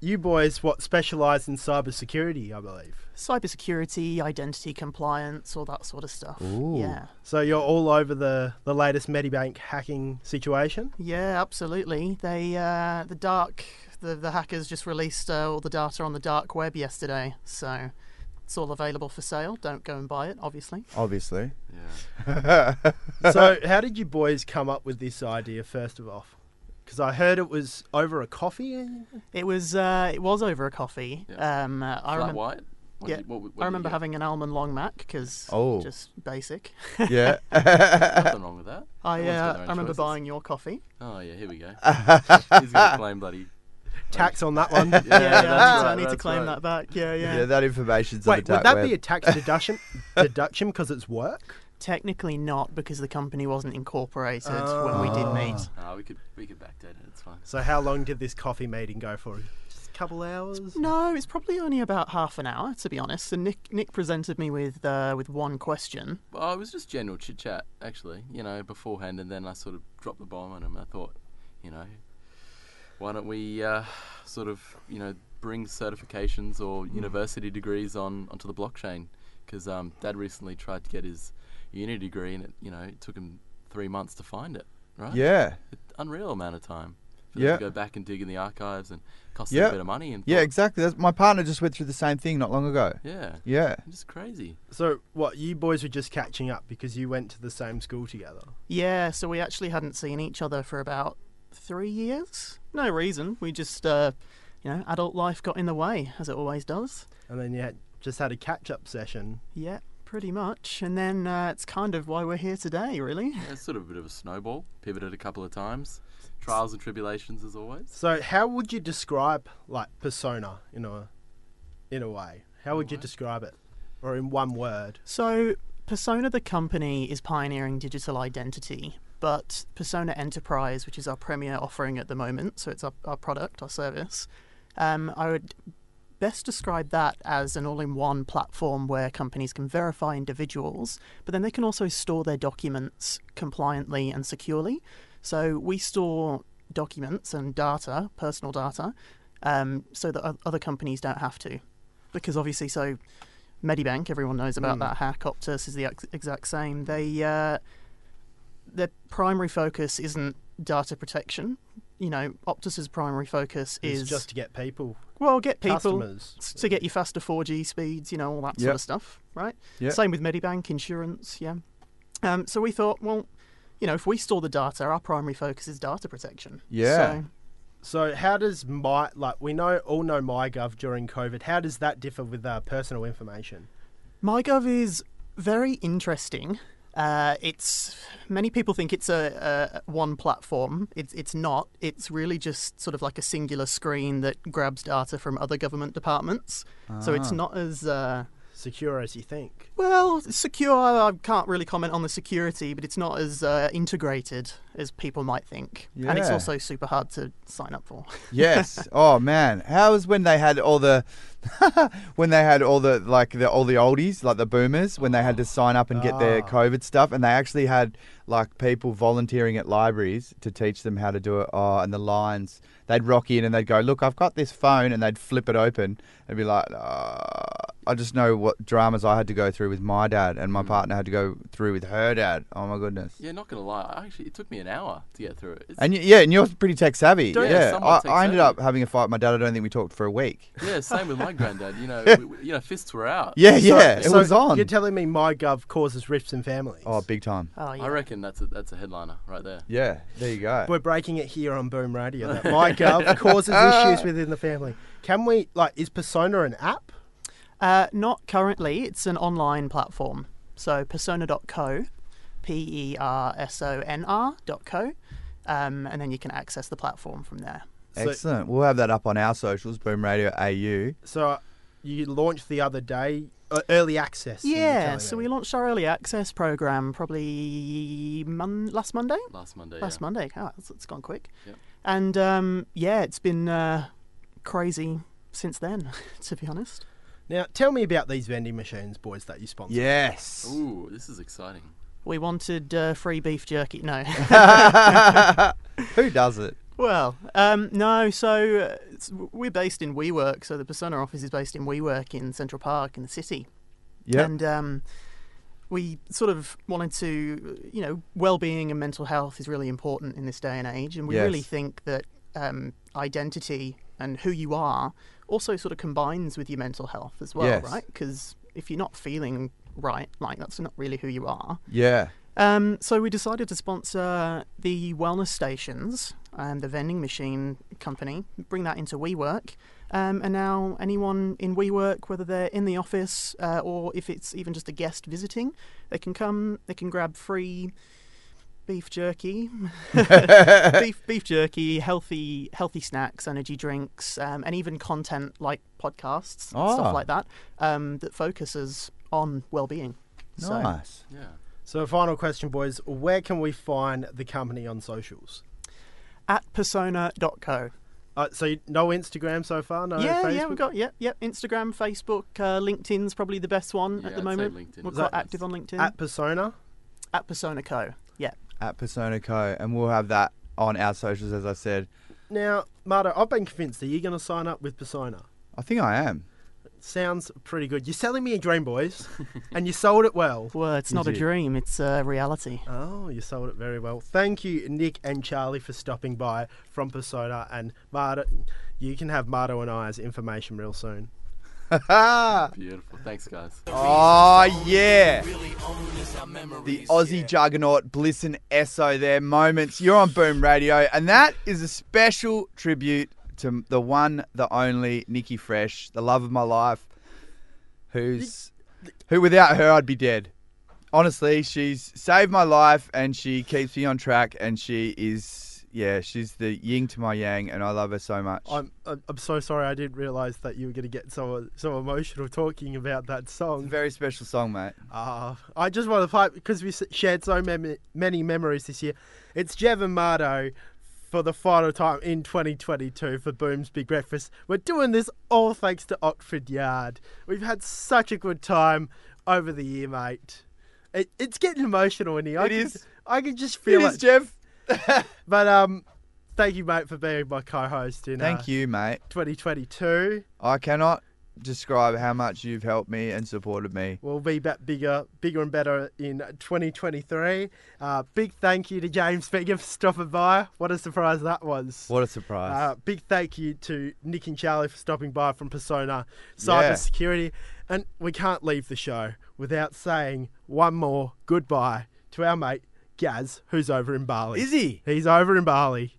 Speaker 2: you boys, what specialise in cybersecurity, I believe.
Speaker 11: Cybersecurity, identity compliance, all that sort of stuff.
Speaker 3: Ooh.
Speaker 11: Yeah.
Speaker 2: So you're all over the the latest Medibank hacking
Speaker 3: (laughs)
Speaker 2: situation.
Speaker 11: Yeah, absolutely. They uh, the dark the, the hackers just released uh, all the data on the dark web yesterday, so it's all available for sale. Don't go and buy it, obviously.
Speaker 3: Obviously,
Speaker 2: So, how did you boys come up with this idea first of all? Because I heard it was over a coffee.
Speaker 11: It was uh, it was over a coffee. Um, uh, I
Speaker 12: Flat
Speaker 3: (laughs)
Speaker 11: remember.
Speaker 12: white? What
Speaker 11: yeah,
Speaker 12: did- what- what did
Speaker 11: I
Speaker 12: you
Speaker 11: remember
Speaker 12: get?
Speaker 11: having an almond long mac because
Speaker 3: Oh.
Speaker 11: just
Speaker 12: (laughs)
Speaker 11: basic. (laughs)
Speaker 3: yeah. (laughs)
Speaker 12: Nothing wrong with that.
Speaker 11: I
Speaker 12: Everyone's got
Speaker 11: uh,
Speaker 12: their
Speaker 11: I
Speaker 12: own
Speaker 11: remember
Speaker 12: choices.
Speaker 11: buying your coffee.
Speaker 12: Oh yeah, here we
Speaker 3: (laughs)
Speaker 12: go. He's gonna claim bloody
Speaker 2: Tax on that
Speaker 3: (laughs)
Speaker 2: one.
Speaker 11: Yeah, yeah, I need to, I
Speaker 12: right,
Speaker 11: need to
Speaker 12: that's
Speaker 11: claim
Speaker 12: right.
Speaker 11: that back. Yeah, yeah.
Speaker 3: yeah, that information's on
Speaker 2: Wait,
Speaker 3: the
Speaker 2: would
Speaker 3: dark
Speaker 2: that
Speaker 3: web.
Speaker 2: be a tax
Speaker 3: (laughs)
Speaker 2: deduction? deduction because it's work.
Speaker 11: Technically not because the company wasn't incorporated when we did meet.
Speaker 12: Ah, we could we could backdate it. It's fine.
Speaker 2: So, how long did this coffee meeting go for? Just a couple hours.
Speaker 11: No, it's probably only about half an hour to be honest. And Nick Nick presented me with uh, with one question.
Speaker 12: Well, it was just general chit chat actually, you know, beforehand, and then I sort of dropped the bomb on him. I thought, you know, why don't we uh, sort of you know bring certifications or
Speaker 3: Hmm.
Speaker 12: university degrees on onto the blockchain? Because um, Dad recently tried to get his uni degree, and it you know it took him three months to find it. Right?
Speaker 3: Yeah.
Speaker 12: unreal amount of time. For
Speaker 3: Yeah.
Speaker 12: them to go back and dig in the archives and cost them
Speaker 3: yeah.
Speaker 12: a bit of money and
Speaker 3: yeah,
Speaker 12: thought,
Speaker 3: exactly. That's, my partner just went through the same thing not long ago.
Speaker 12: Yeah.
Speaker 3: Yeah.
Speaker 12: It's crazy.
Speaker 2: So, what you boys were just catching up because you went to the same school together.
Speaker 11: Yeah, so we actually hadn't seen each other for about three years. No reason. We just uh, you know adult life got in the way as it always does.
Speaker 2: and then you had, just had a catch-up session.
Speaker 11: Yeah, pretty much. And then uh, it's kind of why we're here today, really.
Speaker 12: Yeah, it's sort of a bit of a snowball. Pivoted a couple of times. Trials and tribulations, as always.
Speaker 2: So, how would you describe like persona in a in a way? How would you describe it, or in one word?
Speaker 11: So, Persona the company is pioneering digital identity, but Persona Enterprise, which is our premier offering at the moment, so it's our, our product, our service, um, I would best describe that as an all in one platform where companies can verify individuals, but then they can also store their documents compliantly and securely. So, we store documents and data, personal data, um, so that o- other companies don't have to. Because obviously, so Medibank, everyone knows about that hack. Optus is the ex- exact same. They uh, their primary focus isn't data protection. You know, Optus's primary focus
Speaker 2: Is
Speaker 11: is
Speaker 2: just to get people.
Speaker 11: well, get people
Speaker 2: customers.
Speaker 11: s- to get you faster 4G speeds. You know, all that sort
Speaker 3: Yep.
Speaker 11: of stuff, right?
Speaker 3: Yep.
Speaker 11: Same with Medibank insurance. Yeah. Um, so we thought, well, you know, if we store the data, our primary focus is data protection.
Speaker 3: Yeah.
Speaker 11: So,
Speaker 2: So, how does my like we know all know MyGov during COVID? How does that differ with uh, personal information?
Speaker 11: MyGov is very interesting. Uh, it's many people think it's a, a one platform. It's it's not. It's really just sort of like a singular screen that grabs data from other government departments. So
Speaker 3: Ah.
Speaker 11: it's not as uh,
Speaker 2: Secure as you think.
Speaker 11: well secure. I can't really comment on the security, but it's not as uh, integrated as people might think. And it's
Speaker 3: Yeah.
Speaker 11: also super hard to sign up for.
Speaker 3: Yes. oh man, how was when they had all the (laughs) when they had all the like the all the oldies like the boomers when they had to sign up and get their
Speaker 12: Ah.
Speaker 3: COVID stuff, and they actually had like people volunteering at libraries to teach them how to do it. Oh, and the lines they'd rock in and they'd go, "Look, I've got this phone," and they'd flip it open and be like, "Ah," I just know what dramas I had to go through with my dad, and
Speaker 12: Hmm.
Speaker 3: my partner had to go through with her dad. Oh my goodness.
Speaker 12: Yeah, not gonna lie. I actually, it took me an hour to get through it. It's-
Speaker 3: And y- yeah, and you're pretty tech savvy.
Speaker 12: Don't- Yeah,
Speaker 3: yeah,
Speaker 12: somewhat
Speaker 3: I,
Speaker 12: tech
Speaker 3: I ended
Speaker 12: savvy.
Speaker 3: up having a fight with my dad. I don't think we talked for a week.
Speaker 12: yeah, same with
Speaker 3: (laughs)
Speaker 12: my granddad. You know, we, you know, fists were out.
Speaker 3: Yeah, Oh, yeah, it was on.
Speaker 2: You're telling me MyGov causes rifts in families.
Speaker 3: Oh, big time.
Speaker 12: I reckon that's a, that's a headliner right there.
Speaker 3: Yeah, there you go.
Speaker 2: We're breaking it here on Boom Radio that (laughs) MyGov causes
Speaker 3: (laughs)
Speaker 2: issues within the family. Can we, like, is Persona an app?
Speaker 11: Uh, not currently. It's an online platform. So persona.co, P E R S O N R dot co, um, and then you can access the platform from there.
Speaker 3: Excellent. we'll have that up on our socials, Boom Radio AU.
Speaker 2: So uh, you launched the other day, uh, early access. you were
Speaker 11: Yeah,
Speaker 2: telling
Speaker 11: so we launched our early access program probably mon- last Monday.
Speaker 12: Last Monday.
Speaker 11: Last
Speaker 12: yeah.
Speaker 11: Monday. Oh, it's, it's gone quick.
Speaker 12: Yep.
Speaker 11: And um, yeah, it's been uh, crazy since then, (laughs) to be honest.
Speaker 2: me. Now, tell me about these vending machines, boys, that you sponsor.
Speaker 3: Yes.
Speaker 12: Ooh, this is exciting.
Speaker 11: We wanted uh, free beef jerky. No. (laughs)
Speaker 3: Who does it?
Speaker 11: Well, um, no. So uh, it's- we're based in WeWork. So the Persona office is based in WeWork in Central Park in the city.
Speaker 3: Yep.
Speaker 11: And um, we sort of wanted to, you know, well-being and mental health is really important in this day and age, and we
Speaker 3: Yes.
Speaker 11: really think that um, identity and who you are also sort of combines with your mental health as well,
Speaker 3: Yes.
Speaker 11: right? Because if you're not feeling right, like that's not really who you are.
Speaker 3: Yeah.
Speaker 11: Um, so we decided to sponsor the wellness stations and the vending machine company, bring that into WeWork. Um, and now anyone in WeWork, whether they're in the office uh, or if it's even just a guest visiting, they can come, they can grab free beef
Speaker 3: (laughs)
Speaker 11: jerky, beef, beef jerky, healthy healthy snacks, energy drinks, um, and even content like podcasts,
Speaker 3: Ah.
Speaker 11: stuff like that, um, that focuses on well-being. So-
Speaker 3: Nice.
Speaker 12: Yeah.
Speaker 2: So, final question, boys. Where can we find the company on socials?
Speaker 11: At persona.co.
Speaker 2: Uh, so, you- no Instagram so far? No
Speaker 11: yeah,
Speaker 2: Oh, Facebook?
Speaker 11: yeah, we've got yep, yep. Instagram, Facebook, uh, LinkedIn's probably the best
Speaker 12: Yeah,
Speaker 11: one at
Speaker 12: I'd say
Speaker 11: the moment.
Speaker 12: LinkedIn
Speaker 11: We're
Speaker 12: is
Speaker 11: quite
Speaker 12: the
Speaker 11: active on LinkedIn.
Speaker 2: At Persona?
Speaker 11: At Persona Co. Yeah.
Speaker 3: At Persona Co. And we'll have that on our socials, as I said.
Speaker 2: Now, Marta, I've been convinced that you're going to sign up with Persona.
Speaker 3: I think I am.
Speaker 2: Sounds pretty good. You're selling me a dream,
Speaker 11: (laughs)
Speaker 2: boys, and you sold it well.
Speaker 11: Well, it's not a
Speaker 2: Indeed.
Speaker 11: dream; it's a reality.
Speaker 2: Oh, you sold it very well. Thank you, Nick and Charlie, for stopping by from Persona. And Marta, you can have Marta and I's information real soon.
Speaker 12: Beautiful. Thanks, guys.
Speaker 3: Oh, yeah. The Aussie juggernaut, Bliss and Esso, their moments. You're on Boom Radio, and that is a special tribute to the one, the only Nikki Fresh, the love of my life, who's who without her I'd be dead. Honestly, she's saved my life and she keeps me on track and she is yeah, she's the yin to my yang and I love her so much.
Speaker 2: I'm I'm I'm so sorry. I didn't realise that you were going to get so so emotional talking about that song.
Speaker 3: Very special song, mate.
Speaker 2: Ah, I just want to pipe because we s- shared so mem- many memories this year. It's Jev and Mardo for the final time in 2022 for Boom's Big Breakfast. We're doing this all thanks to Oxford Yard. We've had such a good time over the year, mate. It, it's getting emotional in here. I
Speaker 3: It
Speaker 2: can,
Speaker 3: is.
Speaker 2: I can just feel
Speaker 3: is,
Speaker 2: it,
Speaker 3: Jeff.
Speaker 2: But um, thank you, mate, for being my co-host in. uh,
Speaker 3: Thank you, mate.
Speaker 2: 2022.
Speaker 3: I cannot describe how much you've helped me and supported me.
Speaker 2: We'll be back bigger, bigger and better in 2023. Uh, big thank you to James Bingham for stopping by. What a surprise that was.
Speaker 3: What a surprise.
Speaker 2: Uh, big thank you to Nick and Charlie for stopping by from Persona
Speaker 3: Yeah.
Speaker 2: Cybersecurity. And we can't leave the show without saying one more goodbye to our mate Gaz, who's over in Bali.
Speaker 3: Is he?
Speaker 2: He's over in Bali.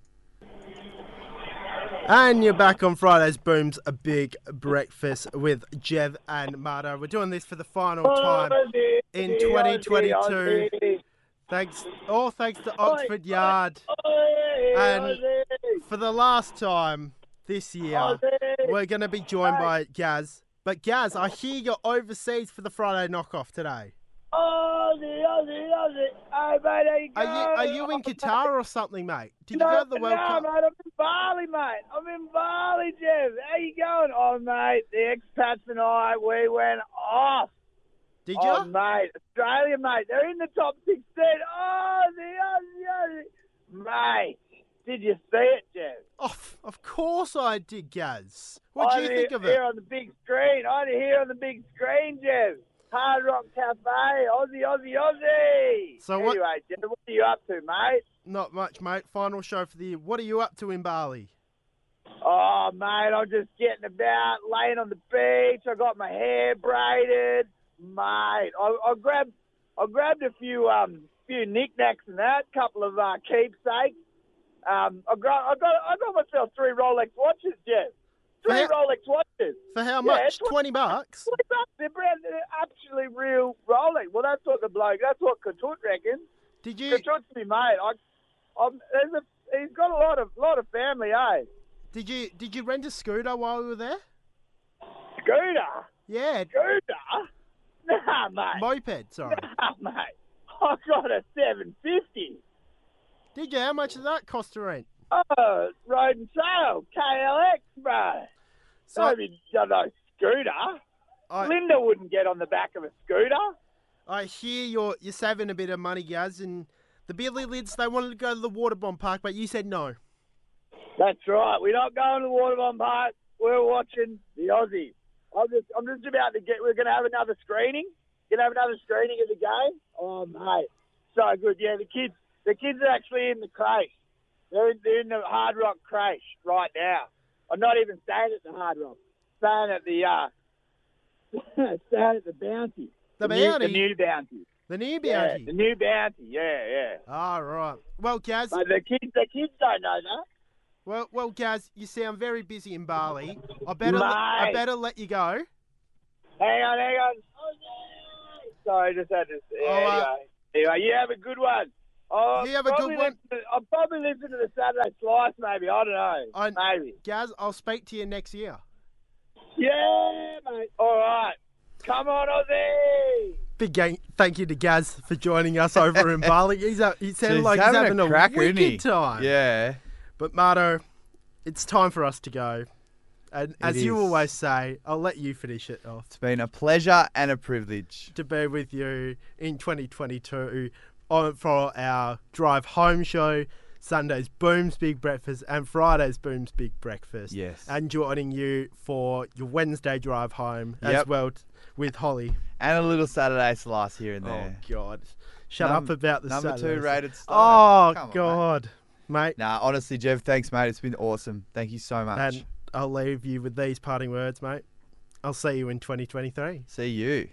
Speaker 2: And you're back on Friday's Booms, a big breakfast with Jev and Marta. We're doing this for the final time in 2022. Thanks, all thanks to Oxford Yard. And for the last time this year, we're going to be joined by Gaz. But Gaz, I hear you're overseas for the Friday knockoff today. Are you, are you in Qatar or something, mate? Did you go to the
Speaker 13: no,
Speaker 2: World Cup?
Speaker 13: mate, I'm in Bali, mate. I'm in Bali, Jeff. How you going? Oh, mate, the expats and I, we went off.
Speaker 2: Did
Speaker 13: Oh, mate, Australia, mate, they're in the top 16. Oh, the Aussie, Aussie. Mate,
Speaker 11: Did you see it, Jeff?
Speaker 2: Oh, of course I did, Gaz. What do you think of it?
Speaker 11: Here on the big screen. I did here on the big screen, Jeff. Hard Rock Cafe, Aussie, Aussie, Aussie.
Speaker 2: So
Speaker 11: anyway,
Speaker 2: what-
Speaker 11: Jeff, what are you up to, mate?
Speaker 2: Not much, mate. Final show for the year. What are you up to in Bali?
Speaker 11: Oh, mate, I'm just getting about, laying on the beach. I got my hair braided, mate. I, I grabbed, I grabbed a few, um, few knickknacks and that, couple of uh, keepsakes. Um, I got, I got, I got myself three Rolex watches, Jeff. Three Rolex watches.
Speaker 2: For how
Speaker 11: Yeah,
Speaker 2: much?
Speaker 11: twen-
Speaker 2: Twenty bucks.
Speaker 11: Twenty bucks. They're brand, they're actually real Rolex. Well, that's what the bloke, that's what Katut reckons.
Speaker 2: Did you?
Speaker 11: Katut's me, mate. I, I'm, there's a, he's got a lot of, lot of family, eh?
Speaker 2: Did you did you rent a scooter while we were there?
Speaker 11: Scooter.
Speaker 2: Yeah.
Speaker 11: Scooter? (laughs) Nah, mate.
Speaker 2: Moped, sorry.
Speaker 11: Nah, mate. I got a 750.
Speaker 2: Did you? How much did that cost to rent?
Speaker 11: Oh, road and sale. KLX, bro.
Speaker 2: So-
Speaker 11: So, Nobody done no scooter. Linda wouldn't get on the back of a scooter.
Speaker 2: I hear you're you're saving a bit of money, Gaz, and the Billy Lids they wanted to go to the Waterbomb Park, but you said no.
Speaker 11: That's right. We're not going to the Waterbomb Park. We're watching the Aussies. I'm just, I'm just about to get. We're going to have another screening. Going to have another screening of the game. Oh mate, so good. Yeah, the kids, the kids are actually in the crate. They're in, they're in the Hard Rock crate right now. I'm not even staying at the Hard Rock. Staying at the uh, (laughs) staying at the Bounty.
Speaker 2: The
Speaker 11: new-
Speaker 2: Bounty?
Speaker 11: the new Bounty.
Speaker 2: The new
Speaker 11: Yeah,
Speaker 2: bounty.
Speaker 11: the new Bounty. Yeah, yeah.
Speaker 2: All right. Well, Gaz.
Speaker 11: But the kids, the kids don't know that.
Speaker 2: Well, well, Gaz, you sound very busy in Bali. I better, le- I
Speaker 11: Mate.
Speaker 2: better let you go.
Speaker 11: Hang on, hang on. Sorry, just had to. Yeah,
Speaker 2: All right.
Speaker 11: anyway. anyway, you have a good one. Oh,
Speaker 2: Oh, uh, You have a good
Speaker 11: probably
Speaker 2: one.
Speaker 11: listen To, I'll probably listen to the Saturday Slice, maybe. I don't know.
Speaker 2: I,
Speaker 11: Maybe.
Speaker 2: Gaz, I'll speak to you next year.
Speaker 11: Yeah, mate. All right. Come on, Aussie.
Speaker 2: Big gang, thank you to Gaz for joining us over
Speaker 11: (laughs)
Speaker 2: in Bali. He's a, he sounded
Speaker 3: He's
Speaker 2: like
Speaker 3: having a
Speaker 2: he's having a,
Speaker 3: cracker, isn't
Speaker 2: wicked
Speaker 3: he?
Speaker 2: time.
Speaker 3: Yeah.
Speaker 2: But Marto, it's time for us to go. And as you
Speaker 3: is.
Speaker 2: always say, I'll let you finish it off.
Speaker 3: It's been a pleasure and a privilege.
Speaker 2: to be with you in 2022 on for our drive home show. Sunday's Boom's Big Breakfast and Friday's Boom's Big Breakfast.
Speaker 3: Yes.
Speaker 2: And joining you for your Wednesday drive home as
Speaker 3: Yep.
Speaker 2: well t- with Holly.
Speaker 3: And a little Saturday slice here and there.
Speaker 2: Oh, God. Shut
Speaker 3: Num-
Speaker 2: up about the
Speaker 3: number two
Speaker 2: Saturdays.
Speaker 3: rated
Speaker 2: Oh,
Speaker 3: starter. Come on, mate.
Speaker 2: God. mate.
Speaker 3: Nah, honestly, Jeff, thanks, mate. It's been awesome. Thank you so much.
Speaker 2: And I'll leave you with these parting words, mate. I'll see you in 2023.
Speaker 3: See you.